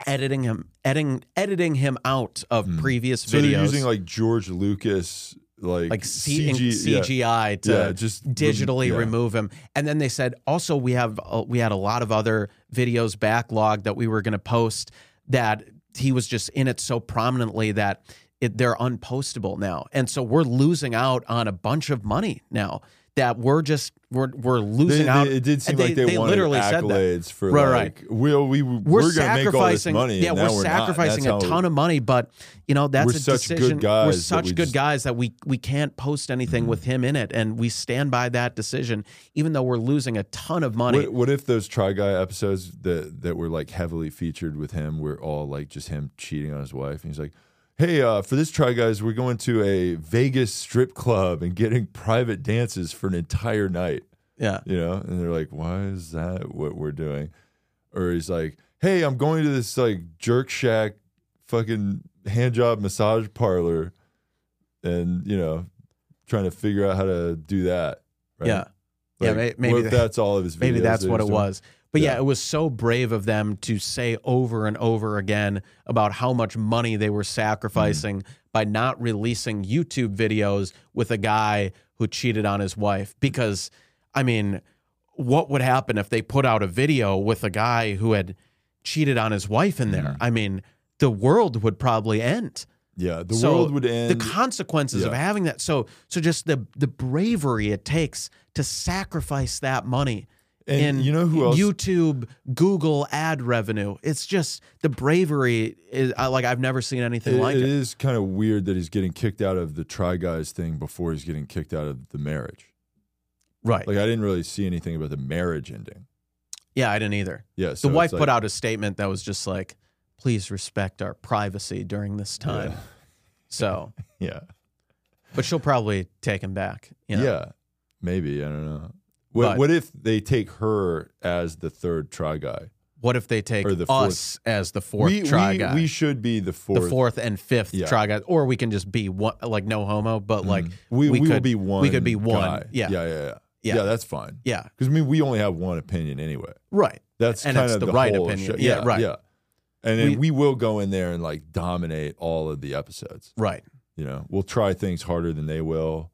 editing him editing editing him out of previous
Hmm. So
videos,
they're using like George Lucas, like,
like C-
CG, yeah.
CGI to
Yeah, just rem-
digitally
yeah.
remove him. And then they said also we have uh, we had a lot of other videos backlog that we were going to post that he was just in it so prominently that it, they're unpostable now. And so we're losing out on a bunch of money now that we're just we're we're
They-
losing
they-
out.
it did seem like they, wanted accolades for
Right,
like, we'll, we
We're,
we're, gonna make all this
sacrificing,
money.
yeah,
and
we're
now not.
sacrificing
That's
a
how-
ton of money, but you know that's
We're
a
such good
decision. we're
guys that
such
we
good
just- Mm-hmm.
guys that we we can't post anything with him in it, and we stand by that decision, even though we're losing a ton of money.
What, what if those Try Guy episodes that that were like heavily featured with him were all like just him cheating on his wife, and he's like. Hey, uh, for this try, guys, we're going to a Vegas strip club and getting private dances for an entire night.
yeah,
you know and they're like why is that what we're doing or he's like hey i'm going to this like jerk shack fucking hand job massage parlor and you know trying to figure out how to do that right?
yeah, Yeah, may- maybe
what if
that-
that's all of his videos
maybe that's
that
what it
he's doing?
was. But yeah.
Yeah.
it was so brave of them to say over and over again about how much money they were sacrificing by not releasing YouTube videos with a guy who cheated on his wife. Because, I mean, what would happen if they put out a video with a guy who had cheated on his wife in there? I mean, the world would probably end
yeah the
So
world would end
the consequences of
Yeah.
having that. So so just the the bravery it takes to sacrifice that money.
And
in
you know who else-
YouTube, Google ad revenue. It's just the bravery is I- like I've never seen anything
It-
like
it
it.
is kind of weird that he's getting kicked out of the try guys thing before he's getting kicked out of the marriage
Right.
like i didn't really see anything about the marriage ending
yeah, I didn't either.
yeah so
the wife
it's like-
put out a statement that was just like please respect our privacy during this time.
Yeah.
So,
Yeah.
but she'll probably take him back. You know?
Yeah. Maybe. I don't know. What,
But-
what if they take her as the third try guy?
What if they take
Or the fourth.
us as the fourth
we,
try
we,
guy?
we should be the fourth.
the fourth and fifth
Yeah. Mm-hmm.
try guy, or we can just be one, like no homo, but like
We, we,
could
will be one.
We could be one.
guy.
Yeah. yeah,
Yeah. Yeah. Yeah.
Yeah.
Yeah, that's fine.
yeah,
Because I mean, we only have one opinion anyway.
right.
That's
And
kind
it's
of
the
the,
right
whole
opinion.
show.
Yeah, right.
Yeah. And then
We-
we, will go in there and like dominate all of the episodes.
Right.
You know, we'll try things harder than they will.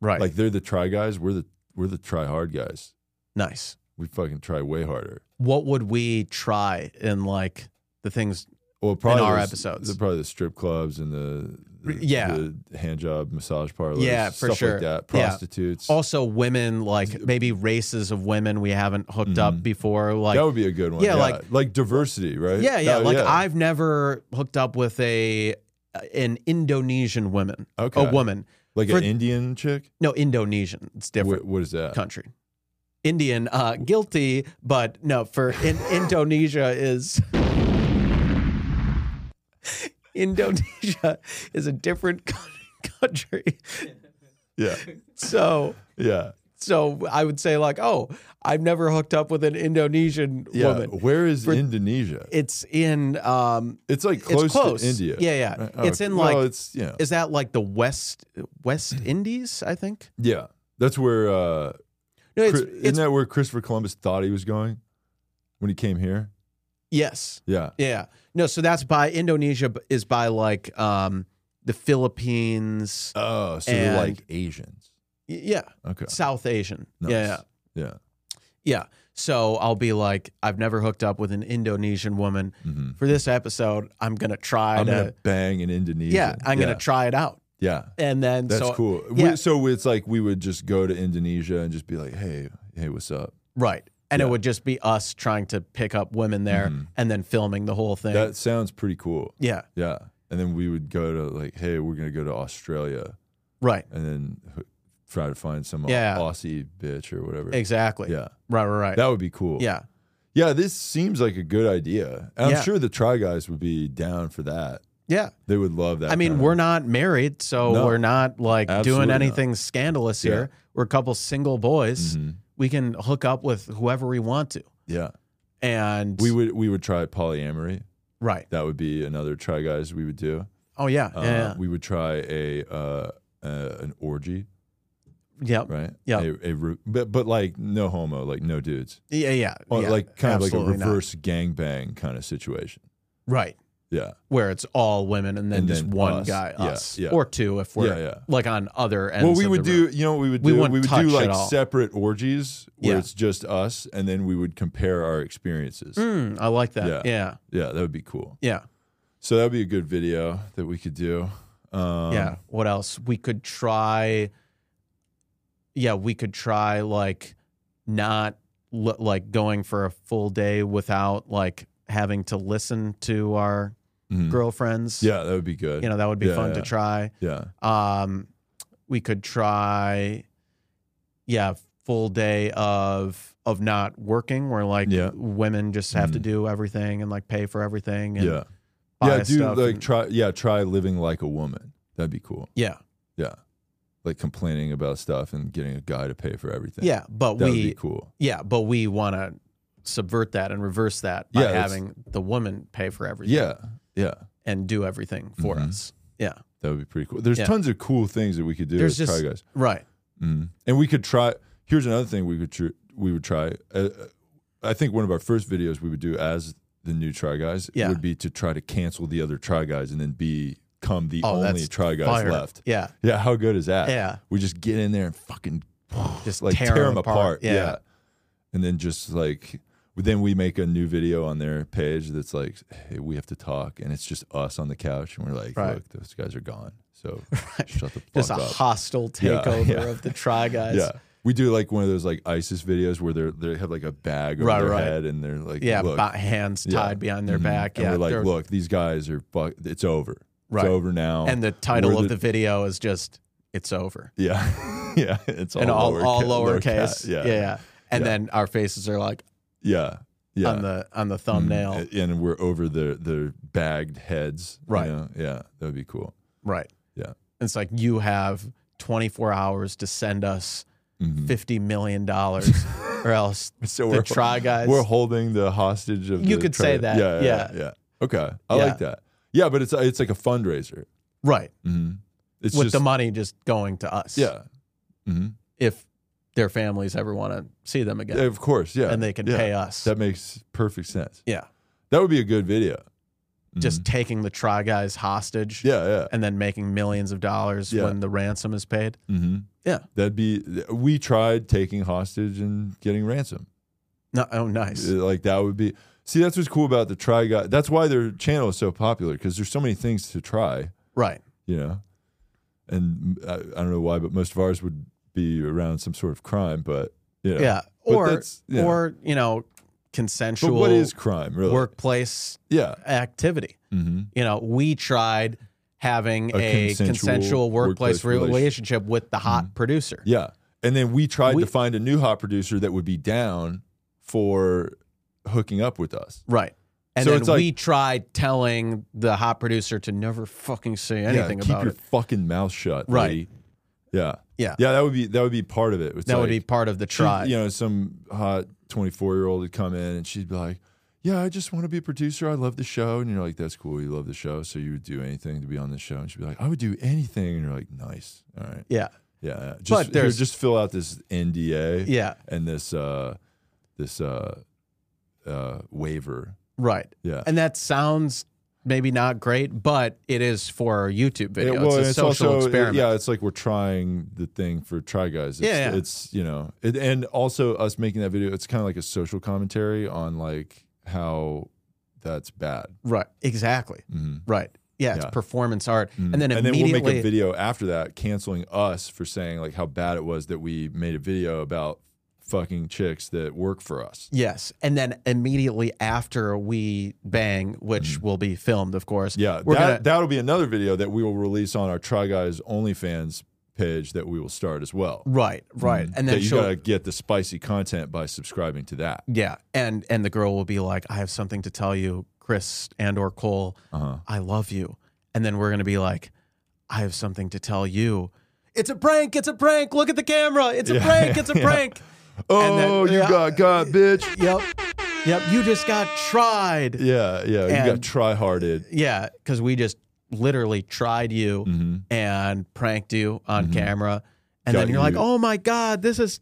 Right.
Like they're the try guys. We're the we're the try hard guys.
nice.
We fucking try way harder.
What would we try in like the things?
Well, probably
our
the-
episodes.
the- probably the strip clubs and the, the
Yeah.
the hand job massage parlors,
Yeah, for
stuff
sure.
like that.
Yeah.
Prostitutes.
Also, women like maybe races of women we haven't hooked up
Mhm.
before. Like
that would be a good one.
Yeah,
Yeah,
like-
like diversity, right?
yeah, yeah.
Oh,
like I've never hooked up with a an Indonesian woman,
Okay.
a woman.
like
for-
an Indian chick.
No, Indonesian. It's different.
What, what is that?
country. Indian, uh, guilty, but no, for in, Indonesia is. Indonesia is a different co- country.
Yeah,
So,
yeah,
so I would say, like, oh, I've never hooked up with an Indonesian
yeah.
woman.
Where is Indonesia?
It's in, um,
It's like
it's
close,
close.
to India.
Yeah, yeah.
Right? Oh,
It's in,
well,
like-
it's yeah,
is that like the West, West Indies, I think?
yeah. That's where uh,
No, it's,
Chri- isn't
it's,
that where Christopher Columbus thought he was going when he came here?
yes.
Yeah,
Yeah. No, so that's by Indonesia b- is by like um the Philippines.
Oh, so they're
And-
like Asians.
Y- Yeah.
Okay.
South Asian.
Nice.
Yeah, yeah.
Yeah.
Yeah. So I'll be like, I've never hooked up with an Indonesian woman.
hmm
For this episode, I'm gonna try
I'm
to
gonna bang in Indonesia.
uh, Yeah, I'm gonna try it out.
Yeah.
And then
That's
so
cool. We-
yeah.
so it's like we would just go to Indonesia and just be like, "Hey, hey, what's up?"
right. And it
Yeah. Mm-hmm.
would just be us trying to pick up women there and then filming the whole thing.
That sounds pretty cool.
yeah.
Yeah. And then we would go to like, "Hey, we're gonna go to Australia,"
Right.
and then h- try to find some
Yeah.
Aussie bitch or whatever.
Exactly.
Yeah.
Right, right, right.
That would be cool.
yeah.
Yeah. This seems like a good idea. And
Yeah.
I'm sure the Try Guys would be down for that.
Yeah.
They would love that.
I
kind of-
mean, we're not married, so
No.
we're not like
Absolutely
doing
not.
anything scandalous here. We're a couple single boys.
Mhm.
We can hook up with whoever we want to.
Yeah.
And
We would we would try polyamory.
right.
That would be another try guys we would do.
Oh yeah.
Uh,
yeah.
We would try a uh, uh, an orgy,
yeah.
right?
Yeah.
A, a re- but but like no homo, like no dudes,
Yeah. Yeah.
Oh,
yeah.
like kind of
Absolutely
like a
not.
reverse gangbang kind of situation.
Right.
Yeah,
Where it's all women and then
And
just
then
one
us.
guy,
Yeah,
us.
yeah.
Or two if we're
yeah, yeah.
like on other ends.
Well, we
of
would
the room.
do, you know, what we would
We
do.
wouldn't
We would
touch
do
at
like
all.
separate orgies where
Yeah.
it's just us, and then we would compare our experiences.
Mm, I like that. Yeah.
Yeah.
Yeah.
Yeah, that would be cool.
Yeah.
So that would be a good video that we could do. Um,
What else? We could try. Yeah, we could try like not li- like going for a full day without like having to listen to our
mhm.
girlfriends.
Yeah, that would be good.
You know, that would be
Yeah,
fun to
yeah.
try.
yeah.
Um, we could try, yeah, full day of of not working where like
Yeah.
women just have to
Mhm.
do everything and like pay for everything and
yeah.
buy
yeah, dude,
stuff
like
and-
try yeah, try living like a woman. That'd be cool.
yeah,
Yeah. Like complaining about stuff and getting a guy to pay for everything.
yeah. But
That would
we
be cool.
yeah, but we want to subvert that and reverse that by
Yeah, it's-
having the woman pay for everything
Yeah. Yeah.
and do everything for
Mhm.
us. Yeah,
That would be pretty cool. There's
Yeah.
tons of cool things that we could do
There's
as
just-
try guys.
right.
Mhm. And we could try here's another thing we could tr- we would try. Uh, I think one of our first videos we would do as the new try guys
Yeah.
would be to try to cancel the other try guys and then become the
Oh,
only
that's
try guys
fire.
left.
Yeah,
Yeah, how good is that?
Yeah.
We just get in there and fucking
Just
like
tear
tear,
'em
them apart.
apart. Yeah.
Yeah. And then just like then we make a new video on their page that's like, hey, we have to talk, and it's just us on the couch, and we're like,
Right.
look, those guys are gone, so shut the fuck
just a
up.
hostile
Yeah,
takeover
yeah.
of the try guys.
yeah, we do like one of those like ISIS videos where they are they have like a bag over
Right,
their
right.
head, and they're like,
Yeah,
look,
bo- hands
Yeah.
tied behind their
mhm.
back.
and
yeah,
we're like,
they're-
look, these guys are, fuck, it's over,
Right.
it's over now,
and the title
we're
of the,
the-
video is just "It's Over"
yeah, yeah, it's all
and all
lower
all
ca-
lowercase.
lower ca-
yeah, yeah. And
Yeah.
then our faces are like,
Yeah. Yeah.
on the on the thumbnail.
Mm, and we're over the the bagged heads. you
Right.
know? Yeah, that would be cool.
Right.
Yeah.
It's like you have 24 hours to send us
Mhm.
50 million dollars or else
So
the
we're
try guys
we're holding the hostage of.
You
the
could say
trade.
that,
Yeah, yeah,
yeah.
yeah. Okay, I
Yeah.
like that. Yeah, but it's it's like a fundraiser.
right
Mhm. It's
with
just
the money just going to us.
yeah. hmm
If their families ever want to see them again
Of course, yeah.
and they can
Yeah.
pay us.
That makes perfect sense.
yeah.
That would be a good video. Mm-hmm. Mm.
Just taking the try guys hostage
Yeah, yeah.
and then making millions of dollars
Yeah.
when the ransom is paid.
hmm
Yeah.
That'd be. We tried taking hostage and getting ransom.
No, oh nice.
Uh, Like that would be. See, that's what's cool about the try guy. That's why their channel is so popular because there's so many things to try.
Right.
You know, and mm, I, I don't know why, but most of ours would be around some sort of crime. But you know,
Yeah.
But
Or
that's- yeah.
or you know consensual
But what is crime, really?
workplace
Yeah.
activity.
hmm
you know, we tried having
A
a,
consensual
consensual, workplace,
workplace relation-
relationship, with the hot producer.
Yeah. And then we tried
We-
to find a new hot producer that would be down for hooking up with us.
Right. And
So
then
it's like-
we tried telling the hot producer to never fucking say anything
yeah, keep
about
your
it.
fucking mouth shut.
Right.
lady. Yeah.
Yeah.
Yeah. That would be that would be part of it. It's
That would be
like,
part of the
she-
try.
You know, some hot twenty four year old would come in and she'd be like, "Yeah, I just want to be a producer. I love the show." And you're like, "That's cool. You love the show, so you would do anything to be on the show." And she'd be like, "I would do anything." And you're like, "Nice. All right.
yeah.
Yeah. yeah. Just here,
there's-
just fill out this NDA.
Yeah.
and this uh this uh uh waiver.
Right.
Yeah.
And that sounds maybe not great, but it is for a YouTube video.
It- well,
it's a social
also-
experiment.
Yeah, it's like we're trying the thing for Try Guys. It's,
Yeah, yeah.
it's you know, it, and also us making that video. It's kind of like a social commentary on like how that's bad.
Right. Exactly.
Mhm.
Right. Yeah, it's
Yeah. Mm.
performance art. And then
and then we'll
immediately
make a video after that, canceling us for saying like how bad it was that we made a video about fucking chicks that work for us.
Yes, and then immediately after we bang, which will be filmed, of course.
Mm. Yeah, that,
we're gonna
that'll be another video that we will release on our Try Guys OnlyFans page that we will start as well.
right, right, and
that
then
Mm. you
she'll
gotta get the spicy content by subscribing to that.
yeah, and and the girl will be like, "I have something to tell you, Chris and or Cole.
Uh-huh.
I love you," and then we're gonna be like, "I have something to tell you." It's a prank. It's a prank. Look at the camera. It's a prank. It's a prank. And then-
Oh, you
yeah.
got got bitch.
Yep. Yep. You just got tried.
Yeah, yeah, you got
And-
try hearted.
Yeah, because we just literally tried you
Mm-hmm.
and pranked you on camera, and
Got
then you're like,
you.
"Oh my god, this is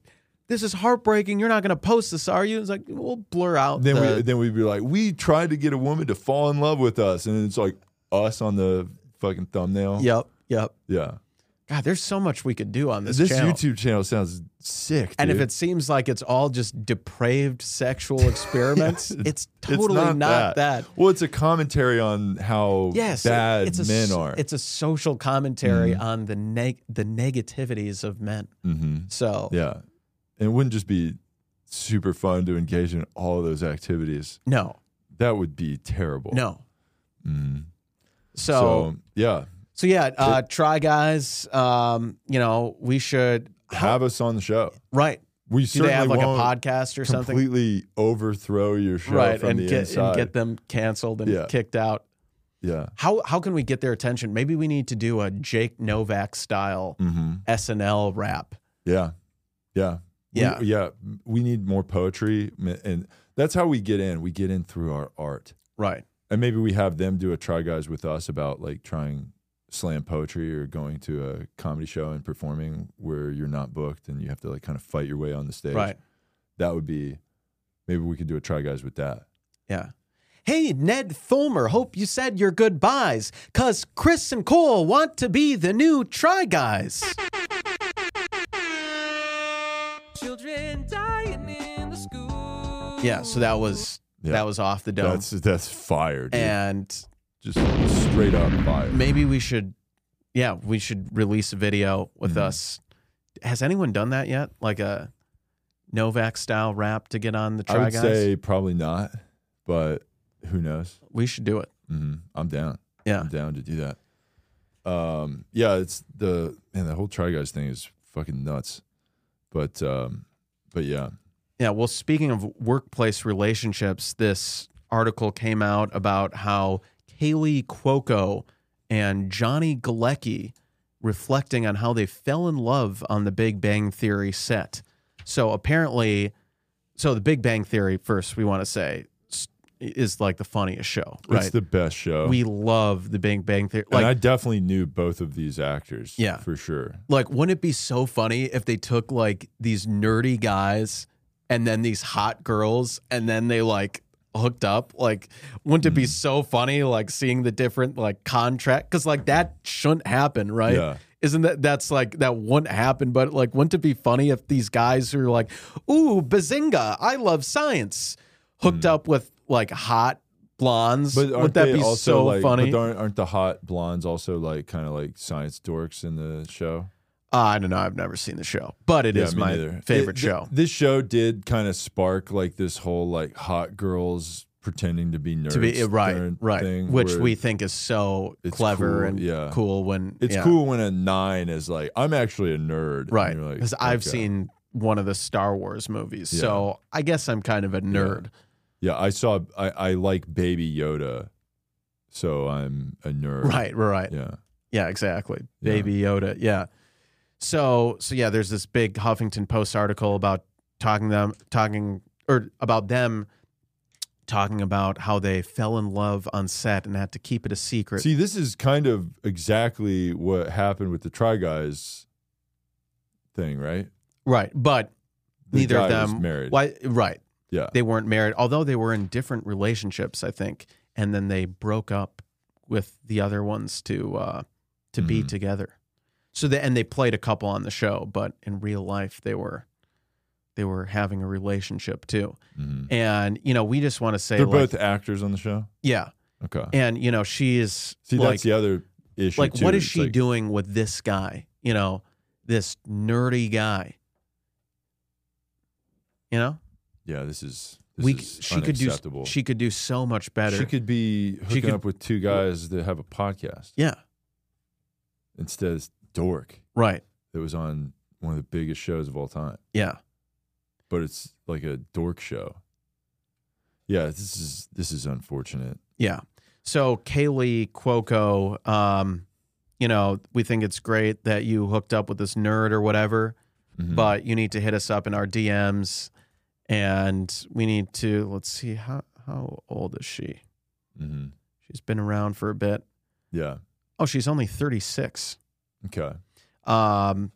this is heartbreaking. You're not going to post this, are you?" It's like we'll blur out.
Then
the,
we then we'd be like, we tried to get a woman to fall in love with us, and it's like us on the fucking thumbnail.
yep, yep.
yeah.
God, there's so much we could do on this,
This
channel.
YouTube channel sounds sick.
and if
dude.
it seems like it's all just depraved sexual experiments, it's totally not, that.
Well, it's a commentary on how
Yes,
bad
it's a,
men
s-
are. Mm.
It's a social commentary on the neg- the negativities of men.
mm-hmm.
So
Yeah. And it wouldn't just be super fun to engage in all of those activities.
no,
That would be terrible.
no.
Mm.
so
So, yeah,
So yeah, uh, try guys. Um, you know, we should
have us on the show.
right.
We
Do they
certainly
have like a
won't
podcast or something?
completely overthrow your show
Right,
from
and
the
get,
inside.
and get them canceled and
Yeah.
kicked out.
yeah.
How how can we get their attention? Maybe we need to do a Jake Novak style
hmm
SNL rap.
Yeah. Yeah. We-
Yeah.
yeah. We need more poetry. And that's how we get in. We get in through our art.
Right.
And maybe we have them do a try guys with us about like trying slam poetry or going to a comedy show and performing where you're not booked and you have to like kind of fight your way on the stage.
Right.
That would be maybe we could do a try guys with that.
Yeah. Hey, Ned Fulmer, hope you said your goodbyes, because Chris and Cole want to be the new Try Guys.
Children dying in the school.
Yeah, so that was
Yeah.
that was off the dome.
That's that's fire, dude.
and
Just straight up fire.
maybe we should yeah we should release a video
Mm-hmm.
with us has anyone done that yet like a novak style rap to get on the
I
try
would
guys
say probably not, but who knows?
we should do it
hmm I'm down.
yeah
I'm down to do that. Um, yeah, it's the man. The whole try guys thing is fucking nuts. But um, but yeah,
Yeah. Well, speaking of workplace relationships, this article came out about how Kaylee Cuoco and Johnny Galecki reflecting on how they fell in love on the Big Bang Theory set. So apparently, so the Big Bang Theory, first, we want to say, s- is like the funniest show, right?
It's the best show.
we love the Big Bang Theory.
and I definitely knew both of these actors.
Yeah.
For sure.
like wouldn't it be so funny if they took like these nerdy guys and then these hot girls and then they like hooked up like wouldn't
Mm.
it be so funny like seeing the different like contract because like that shouldn't happen right
Yeah.
isn't that that's like that wouldn't happen but like wouldn't it be funny if these guys who are like ooh bazinga i love science hooked up with like hot blondes
Mm. But
would
aren't
that
they
be
also
so
like,
funny
But aren't, aren't the hot blondes also like kind of like science dorks in the show?
Uh, i don't know i've never seen the show but it is
Yeah, me
my
neither.
favorite
It- th-
show
this show did kind of spark like this whole like hot girls pretending to be nerds.
to be uh, right,
thing,
right,
thing
which
where
we think is so
It's
clever
cool,
and
yeah.
cool. When
It's
yeah,
cool when a nine is like, I'm actually a nerd, and
right?
you're like,
Because I've
okay.
seen one of the Star Wars movies,
Yeah.
so I guess I'm kind of a nerd.
Yeah, I saw. I, I like Baby Yoda, so I'm a nerd.
Right, right, yeah,
Yeah.
exactly.
Yeah.
Baby Yoda, yeah. So, so yeah, there's this big Huffington Post article about talking them talking or about them talking about how they fell in love on set and had to keep it a secret.
See, this is kind of exactly what happened with the Try Guys thing, right?
right, but
The
neither of
guy was
them
married.
Why? Right.
Yeah.
they weren't married, although they were in different relationships, I think. And then they broke up with the other ones to uh, to be
Mhm.
together. So they, and they played a couple on the show, but in real life they were they were having a relationship too.
Mhm.
And you know, we just want to say
They're
like,
both actors on the show.
yeah.
Okay.
And you know, she is
See,
like
that's the other issue.
like
too.
what is
It's
she
like-
doing with this guy? You know, this nerdy guy. You know,
Yeah, this is. This
we
is
she could do
unacceptable.
she could do so much better.
She could be hooking
could-
up with two guys that have a podcast
yeah.
instead of Dork
Right.
that was on one of the biggest shows of all time.
Yeah.
But it's like a dork show. Yeah, this is this is unfortunate.
Yeah. So Kaylee Cuoco, um, you know, we think it's great that you hooked up with this nerd or whatever,
Mhm.
but you need to hit us up in our DMs, and we need to let's see how how old is she?
Mhm.
She's been around for a bit.
yeah,
Oh, she's only thirty six.
okay,
Um,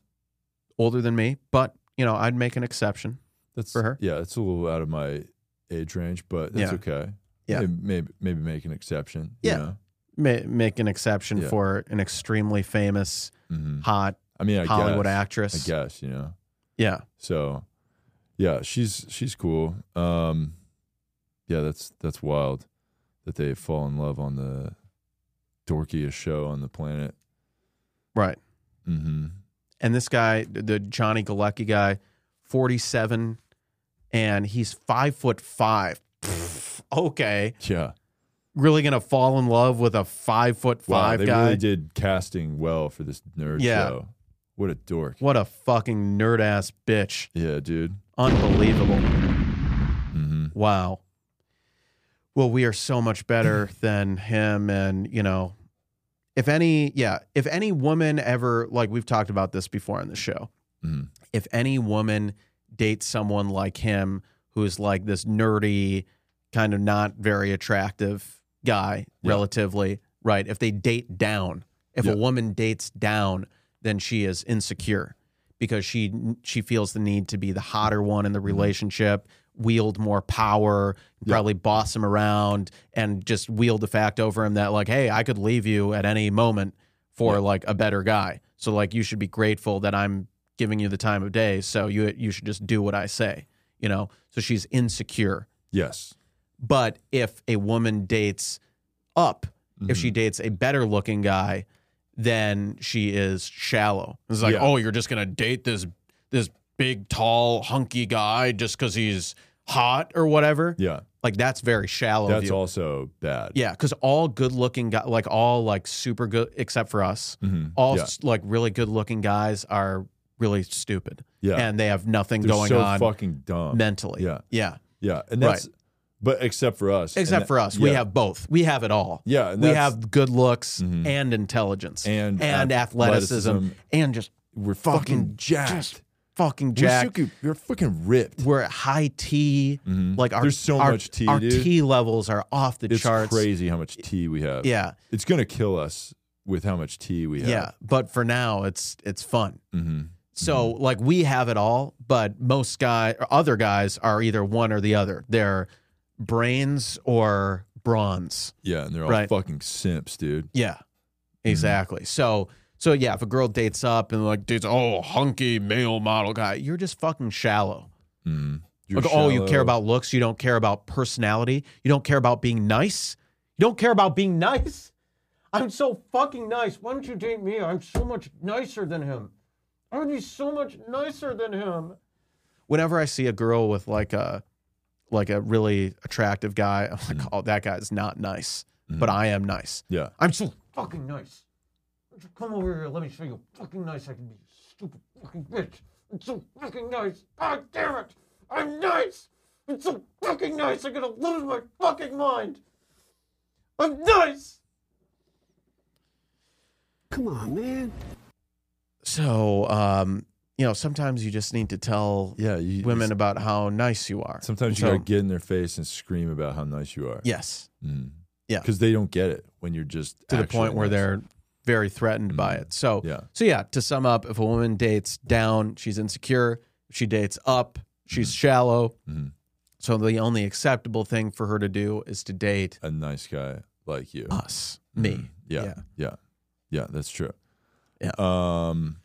older than me, but you know, I'd make an exception.
that's
For her?
Yeah, it's a little out of my age range, but that's
Yeah.
okay.
Yeah.
May- maybe maybe make an exception.
Yeah. Ma- make an exception
Yeah.
for an extremely famous,
hmm
hot
I mean, I
Hollywood
guess,
actress.
I guess you know.
Yeah.
So, yeah, she's she's cool. Um, yeah, that's that's wild that they fall in love on the dorkiest show on the planet.
Right.
hmm
And this guy, the Johnny Galecki guy, 47, and he's five foot five. Pfft, okay.
Yeah,
Really gonna fall in love with a five foot
wow,
five
they
guy?
really did casting well for this nerd
Yeah.
show. What a dork!
What a fucking nerd ass bitch.
Yeah, dude.
Unbelievable.
hmm
Wow. Well, we are so much better than him. And, you know, if any, yeah, if any woman ever, like we've talked about this before on the show,
Mhm.
if any woman dates someone like him who's like this nerdy, kind of not very attractive guy,
Yeah.
relatively, right? If they date down, if
Yeah.
a woman dates down, then she is insecure because she she feels the need to be the hotter one in the relationship, wield more power, probably boss him around, and just wield the fact over him that like, hey, I could leave you at any moment for like a better guy. So like, you should be grateful that I'm giving you the time of day. So you you should just do what I say, you know. So she's insecure.
Yes.
But if a woman dates up,
Mm-hmm.
if she dates a better looking guy, then she is shallow.
It's like,
Yeah.
oh, you're just gonna date this this big, tall, hunky guy just because he's hot or whatever.
Yeah,
Like that's very shallow.
that's
view.
also bad.
Yeah, because all good looking guys, like all like super good, except for us,
Mhm.
all
Yeah.
s- like really good looking guys are really stupid
Yeah.
and they have nothing
They're
going
so
on
fucking dumb.
mentally.
Yeah.
Yeah.
yeah. And
Right.
that's, but except for us. And
Except
that-
for us. We
yeah.
have both. We have it all.
Yeah, and
we
that's- Mm-hmm.
have good looks and intelligence
And uh,
athleticism,
athleticism.
and just
We're
fucking,
fucking jacked.
just fucking jacked.
We're, so, we're fucking ripped.
We're at high T. Like our
There's so
our,
much T,
Our
dude.
T levels are off the
it's
charts.
crazy how much tea we have.
Yeah,
It's going to kill us with how much tea we
yeah,
have.
But for now, it's it's fun.
hmm
So like we have it all, but most guy or other guys are either one or the other. They're brains or bronze.
Yeah. And they're all
Right.
fucking simps, dude.
Yeah,
Mm-hmm.
exactly. So, so yeah, if a girl dates up and like dates, oh, hunky male model guy, you're just fucking shallow.
Mm. You're
Like, oh, you care
shallow.
about looks, you don't care about personality, you don't care about being nice, you don't care about being nice. I'm so fucking nice. Why don't you date me? I'm so much nicer than him. I would be so much nicer than him. Whenever I see a girl with like a like a really attractive guy, I'm
Mm.
like, oh, that guy's not nice, but I am nice.
Yeah.
I'm so
fucking nice. Why don't you Come over here. Let me show you how fucking nice I can be. You stupid fucking bitch. I'm so fucking nice. God damn it. I'm nice. I'm so fucking nice. I'm gonna lose my fucking mind. I'm nice.
so um you know sometimes you just need to tell
Yeah. You,
women about how nice you are
Sometimes you
So-
got to get in their face and scream about how nice you are.
yes Yeah.
Because they don't get it when you're just
to the
actually
point where
nice.
they're very threatened by it so
Yeah.
so yeah to sum up if a woman dates down she's insecure if she dates up
Mm-hmm.
she's shallow
Mhm.
so the only acceptable thing for her to do is to date
a nice guy like you.
us me
Mm-hmm. Yeah, yeah.
Yeah.
Yeah. that's true.
Yeah.
Um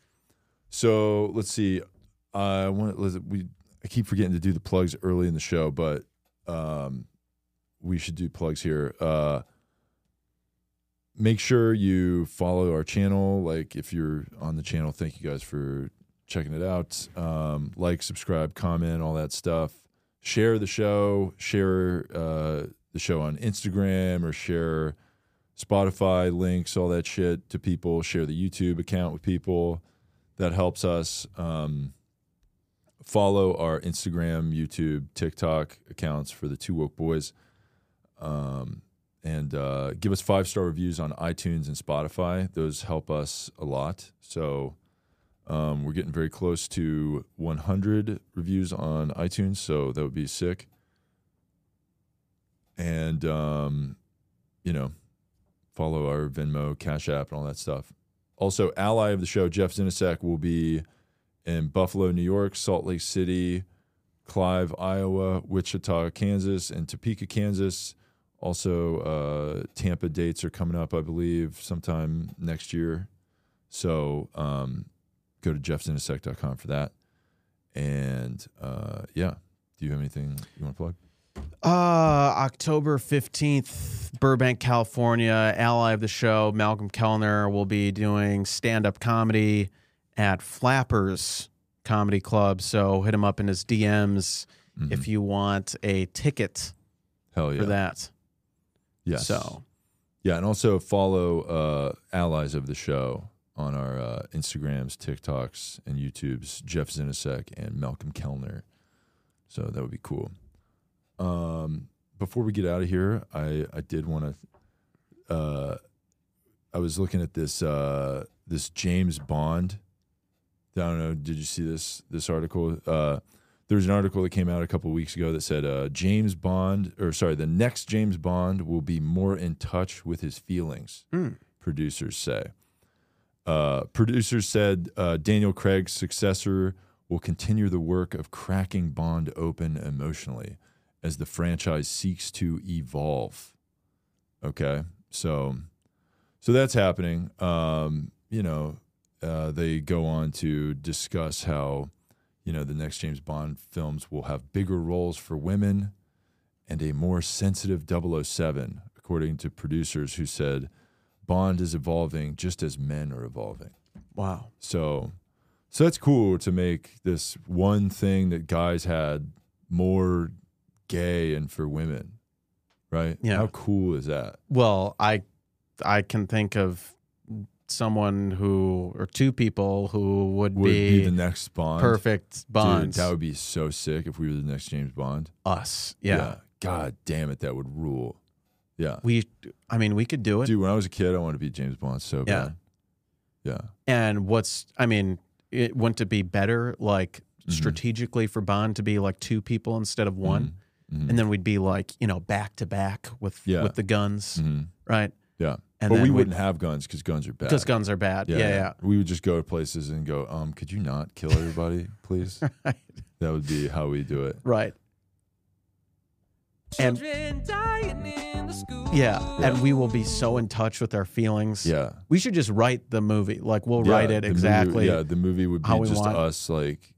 so let's see. I want let's, we I keep forgetting to do the plugs early in the show, but um we should do plugs here. Uh make sure you follow our channel. Like if you're on the channel, thank you guys for checking it out. Um like, subscribe, comment, all that stuff. Share the show, share uh the show on Instagram or share Spotify links, all that shit to people. Share the YouTube account with people. That helps us. Um, follow our Instagram, YouTube, TikTok accounts for the Two Woke Boys. Um, and uh, give us five star reviews on iTunes and Spotify. Those help us a lot. So um, we're getting very close to 100 reviews on iTunes. So that would be sick. And, um, you know, follow our Venmo, Cash App, and all that stuff. Also, ally of the show, Jeff Zinasek, will be in Buffalo, New York, Salt Lake City, Clive, Iowa, Wichita, Kansas, and Topeka, Kansas. Also, uh, Tampa dates are coming up, I believe, sometime next year. So um, go to jeffzinasek.com for that. And uh, yeah, do you have anything you want to plug?
uh october 15th burbank california ally of the show malcolm kellner will be doing stand-up comedy at flappers comedy club so hit him up in his dms
Mm-hmm.
if you want a ticket
Hell yeah.
for that
Yes.
so
Yeah, and also follow uh, allies of the show on our uh, Instagrams, TikToks, and YouTubes. Jeff Zinasek and Malcolm Kellner. So that would be cool. Um, before we get out of here, I I did want to. Uh, I was looking at this uh, this James Bond. I don't know. Did you see this this article? Uh, there was an article that came out a couple weeks ago that said uh, James Bond, or sorry, the next James Bond will be more in touch with his feelings. Producers say. Uh, producers said uh, Daniel Craig's successor will continue the work of cracking Bond open emotionally as the franchise seeks to evolve. Okay, so so that's happening. Um, you know, uh, they go on to discuss how you know the next James Bond films will have bigger roles for women and a more sensitive 007, according to producers who said Bond is evolving just as men are evolving.
wow
So, so that's cool to make this one thing that guys had more gay and for women, right?
Yeah.
How cool is that?
well i i can think of someone who or two people who would,
Would be,
be,
the next Bond.
perfect
Dude,
bonds.
that would be so sick if we were the next James Bond.
Us, yeah.
God damn it, that would rule. Yeah.
We, I mean, we could do it.
Dude, when I was a kid, I wanted to be James Bond so bad. Yeah.
And what's, I mean, it, wouldn't it be better, like
Mm-hmm.
strategically, for Bond to be like two people instead of one,
Mhm.
and then we'd be like, you know, back to back with
Yeah.
with the guns,
Mhm.
right?
Yeah.
And
but
then
we
we'd-
wouldn't have guns because guns are bad.
Because guns are bad. Yeah, yeah.
We would just go to places and go, um, could you not kill everybody, please?
Right.
That would be how we do it.
Right. And
Children dying in the school.
yeah, and we will be so in touch with our feelings.
Yeah.
We should just write the movie. Like we'll
Yeah,
write it
the Movie,
exactly.
yeah, the movie would be
how we
just
want.
us like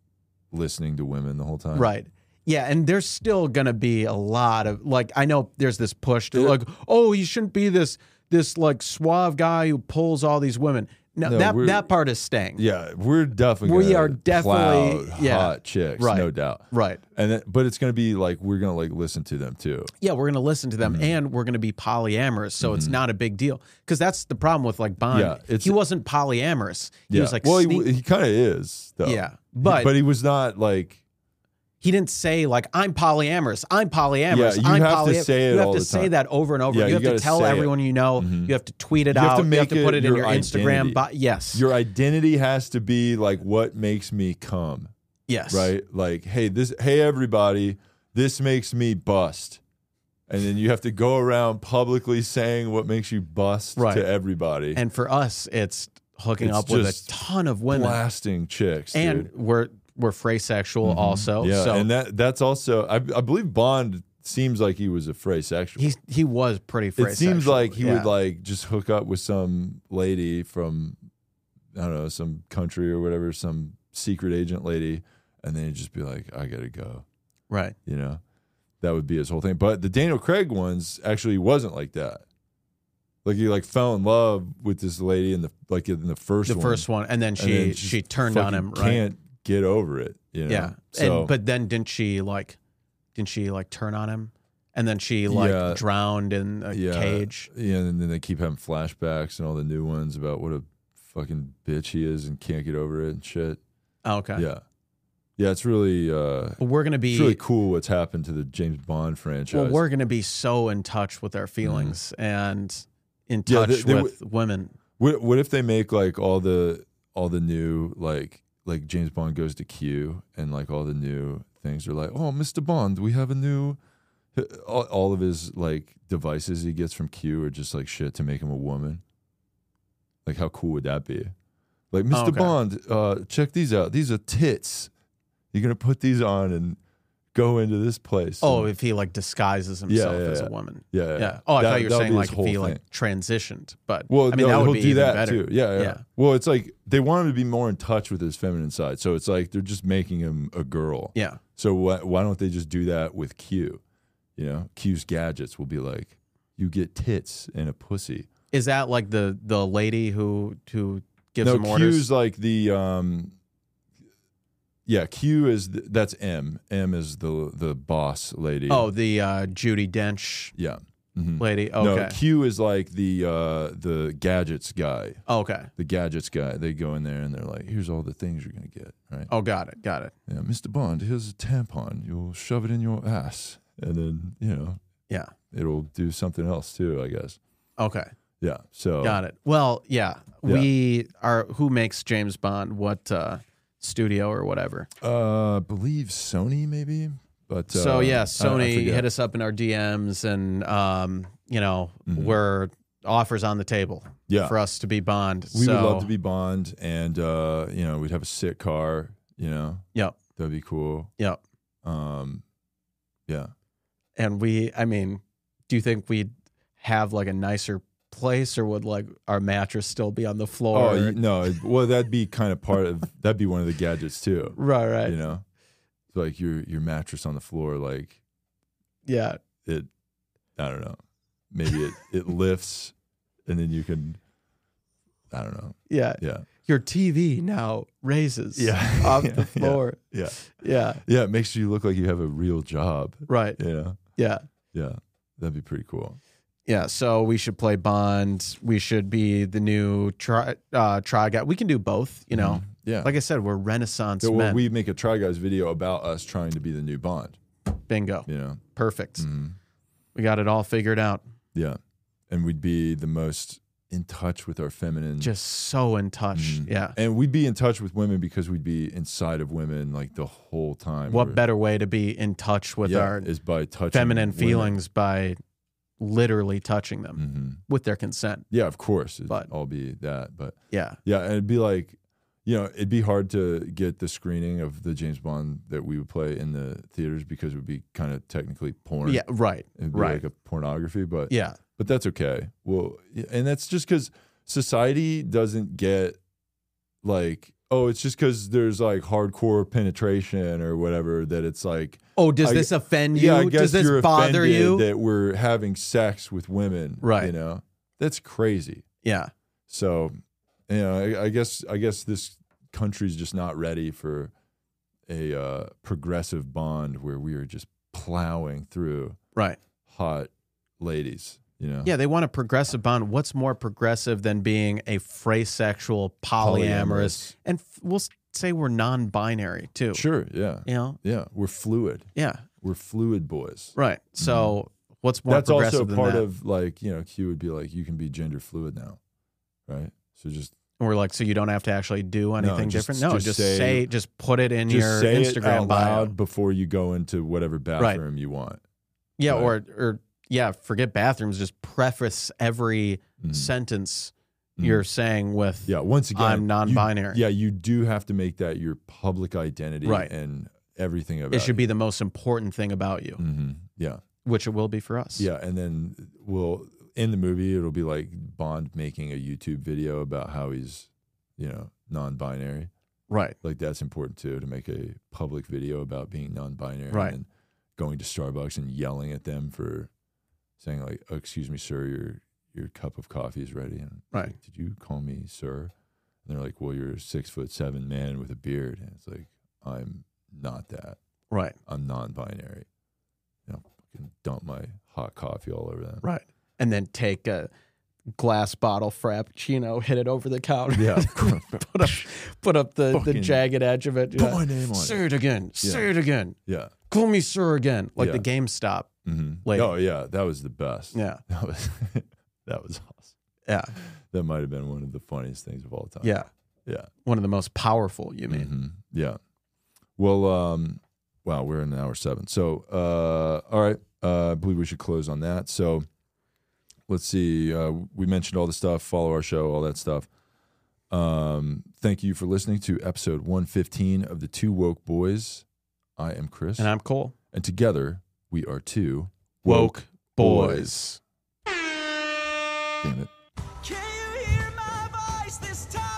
listening to women the whole time.
Right. Yeah, and there's still gonna be a lot of like I know there's this push to like, oh, you shouldn't be this this like suave guy who pulls all these women. No,
No,
that
we're-
that part is staying.
Yeah, we're definitely
We
gonna
are definitely-
cloud
yeah.
hot chicks,
Right.
no doubt.
Right.
And then, but it's gonna be like we're gonna like listen to them too.
Yeah, we're gonna listen to
Mm-hmm.
them and we're gonna be polyamorous, so it's not a big deal. Because that's the problem with like Bond.
Yeah, it's-
he wasn't polyamorous. He was like
well,
sneak-
he, he kind of is though.
Yeah, but-
but he was not like
he didn't say like I'm polyamorous. I'm polyamorous.
Yeah, you
I'm
have to
polyam-"
say it
You have
all
to
the
say
time.
that over and over.
Yeah,
you
you
have to
gotta
tell
say it. Mm-hmm.
everyone you know. You have to tweet it
You have
out.
to
you have
make
to put
it
it, in
your
your Instagram.
identity.
Bio. Yes.
your identity has to be like what makes me come,
yes.
right? Like, hey, this, hey, everybody, this makes me bust. And then you have to go around publicly saying what makes you bust
Right.
to everybody.
And for us, it's hooking
It's
up with a
just
ton of women,
blasting chicks.
and
dude. Mm-hmm.
we're we're phrasexual also.
yeah,
so
and that that's also I, I believe Bond seems like he was a phrasexual.
he he was pretty phrasexual.
it seems like he
yeah.
would like just hook up with some lady from I don't know some country or whatever, some secret agent lady, and then he'd just be like, "I gotta go,"
right.
you know. That would be his whole thing. But the Daniel Craig ones actually wasn't like that. Like he like fell in love with this lady in the like in the first
The
one,
first one, and then
and
she
then just
she turned on
fucking
him. Right.
Can't get over it. You know?
Yeah.
So
and, but then didn't she like didn't she like turn on him? And then she like
Yeah.
drowned in a cage.
Yeah, and then they keep having flashbacks and all the new ones about what a fucking bitch he is and can't get over it and shit.
Oh, okay.
Yeah. Yeah, it's really uh
But we're gonna be
it's really cool what's happened to the James Bond
well,
franchise.
we're gonna be so in touch with our feelings and in
Mm-hmm. Yeah,
touch
they- they
with women.
what what if they make like all the all the new like like James Bond goes to Q and like all the new things are like, "Oh, Mr. Bond, we have a new all, all of his like devices he gets from Q are just like shit to make him a woman. Like how cool would that be? Like Mr.
Oh, okay.
Bond, uh, check these out. These are tits. You're gonna put these on and go into this place.
Oh,
And-
if he like disguises
yeah,
himself as
yeah.
a woman.
yeah,
Yeah.
yeah.
Oh, I
That-
thought you were
that'll
saying
be
like
his
if
whole
he
thing.
like transitioned, but
Well,
I
no,
mean that would
he'll
be
do
even
that
better.
too. Yeah, yeah,
Yeah.
Well, it's like they want him to be more in touch with his feminine side, so it's like they're just making him a girl.
Yeah.
So why, why don't they just do that with Q? You know, Q's gadgets will be like, you get tits and a pussy.
Is that like the the lady who who gives
no,
him
Q's
orders?
like the um, yeah, Q is th- that's M. M is the the boss lady.
Oh, the uh, Judy Dench
yeah. Mhm.
lady.
No,
Okay.
Q is like the uh, the gadgets guy.
okay.
The gadgets guy. They go in there and they're like, here's all the things you're gonna get. Right.
Oh, got it. Got it.
yeah, Mr. Bond, here's a tampon. You'll shove it in your ass. And then, you know,
Yeah.
it'll do something else too, I guess.
Okay.
Yeah. So
Got it. Well, yeah.
Oh. Yeah.
We are who makes James Bond, what uh studio or whatever.
uh I believe Sony maybe. But
so
uh,
yeah,
I- I
Sony
forget.
hit us up in our DMs and um, you know, we're offers on the table
Mm-hmm. Yeah.
for us to be Bond.
We
so,
would love to be Bond and uh, you know, we'd have a sick car, you know.
Yep.
That'd be cool.
Yep.
Um yeah.
And we I mean, do you think we'd have like a nicer place or would like our mattress still be on the floor?
oh you- no, well that'd be kind of part of that'd be one of the gadgets too.
right, right.
You know? It's like your your mattress on the floor, like
Yeah.
it I don't know. Maybe it, it lifts and then you can I don't know.
Yeah.
Yeah.
Your TV now raises
Yeah.
off
Yeah,
the
yeah.
floor.
Yeah.
Yeah.
Yeah, it makes you look like you have a real job.
Right.
You know?
Yeah.
Yeah. That'd be pretty cool.
Yeah, so we should play Bond. We should be the new try uh, try guy. We can do both, you know.
Mm-hmm. Yeah.
Like I said, we're Renaissance
So, well,
men.
we make a Try Guys video about us trying to be the new Bond,
Bingo,
you know?
perfect.
Mhm.
We got it all figured out.
Yeah. And we'd be the most in touch with our feminine.
Just so in touch.
Mm.
Yeah.
and we'd be in touch with women because we'd be inside of women like the whole time.
What
We're-
better way to be in touch with
yeah,
our
is by touching
feminine
women.
feelings by literally touching them
Mhm.
with their consent?
Yeah, of course. It'd
But-
all be that. But
Yeah.
yeah, and it'd be like, you know, it'd be hard to get the screening of the James Bond that we would play in the theaters because it would be kind of technically porn.
Yeah. Right.
It'd be
right.
like a pornography, but
yeah.
but that's okay. Well, yeah, and that's just because society doesn't get like, oh, it's just because there's like hardcore penetration or whatever that it's like.
Oh, does
I-
this offend you?
yeah, I guess
does this
you're
bother
offended
you?
that we're having sex with women, You
Right.
know, that's crazy.
yeah.
So, you know, I, I guess I guess this country's just not ready for a uh, progressive bond where we are just plowing through
Right.
hot ladies. You know,
Yeah, they want a progressive bond. What's more progressive than being a phrasexual, polyamorous,
Polyamorous.
and f- we'll s- say we're non-binary too.
Sure. Yeah.
You know,
Yeah. We're fluid.
yeah,
We're fluid boys.
right. So what's more
Mm-hmm. That's
progressive
also
than
part
that?
of like, you know, Q would be like, you can be gender fluid now. Right. So just,
and we're like, so you don't have to actually do anything
just-
different. No,
just
just,
say-
say, just put it in
just
your
say
Instagram
it out
bio.
loud before you go into whatever bathroom you want.
Yeah,
Right.
or or yeah, forget bathrooms. Just preface every sentence you're saying with
Mm. Yeah. Once again,
I'm
you-
non-binary.
yeah. You do have to make that your public identity
Right.
and everything about
It should be the most important thing about you,
hmm Yeah.
which it will be for us.
Yeah. And then we'll, in the movie, it'll be like Bond making a YouTube video about how he's, you know, non binary.
Right.
like that's important too to make a public video about being non-binary
Right.
and going to Starbucks and yelling at them for saying like, oh, "Excuse me, sir, your your cup of coffee is ready." And it's
Right.
like, did you call me sir? And they're like, "Well, you're a six foot seven man with a beard," and it's like, "I'm not that.
Right.
I'm non-binary." You know, fucking dump my hot coffee all over them.
Right. And then take a glass bottle frappuccino, hit it over the counter.
Yeah, of course.
put up put up the, the
Fucking
jagged edge of it. you
put
know.
my name on
Say
it.
it again. Say it again.
Yeah.
Call me sir again. Like
Yeah.
the GameStop.
hmm
Like-
oh yeah, that was the best.
Yeah.
That was that was awesome.
Yeah.
That might have been one of the funniest things of all time.
Yeah.
Yeah.
One of the most powerful, you mean.
Mhm. Yeah. Well, um, wow, we're in hour seven. So, uh, all right. Uh, I believe we should close on that. So, let's see. Uh, we mentioned all the stuff, follow our show, all that stuff. Um, thank you for listening to episode 115 of the Two Woke Boys. I am Chris.
And I'm Cole.
and together we are two
Woke
Damn it.
Can you hear my voice this time?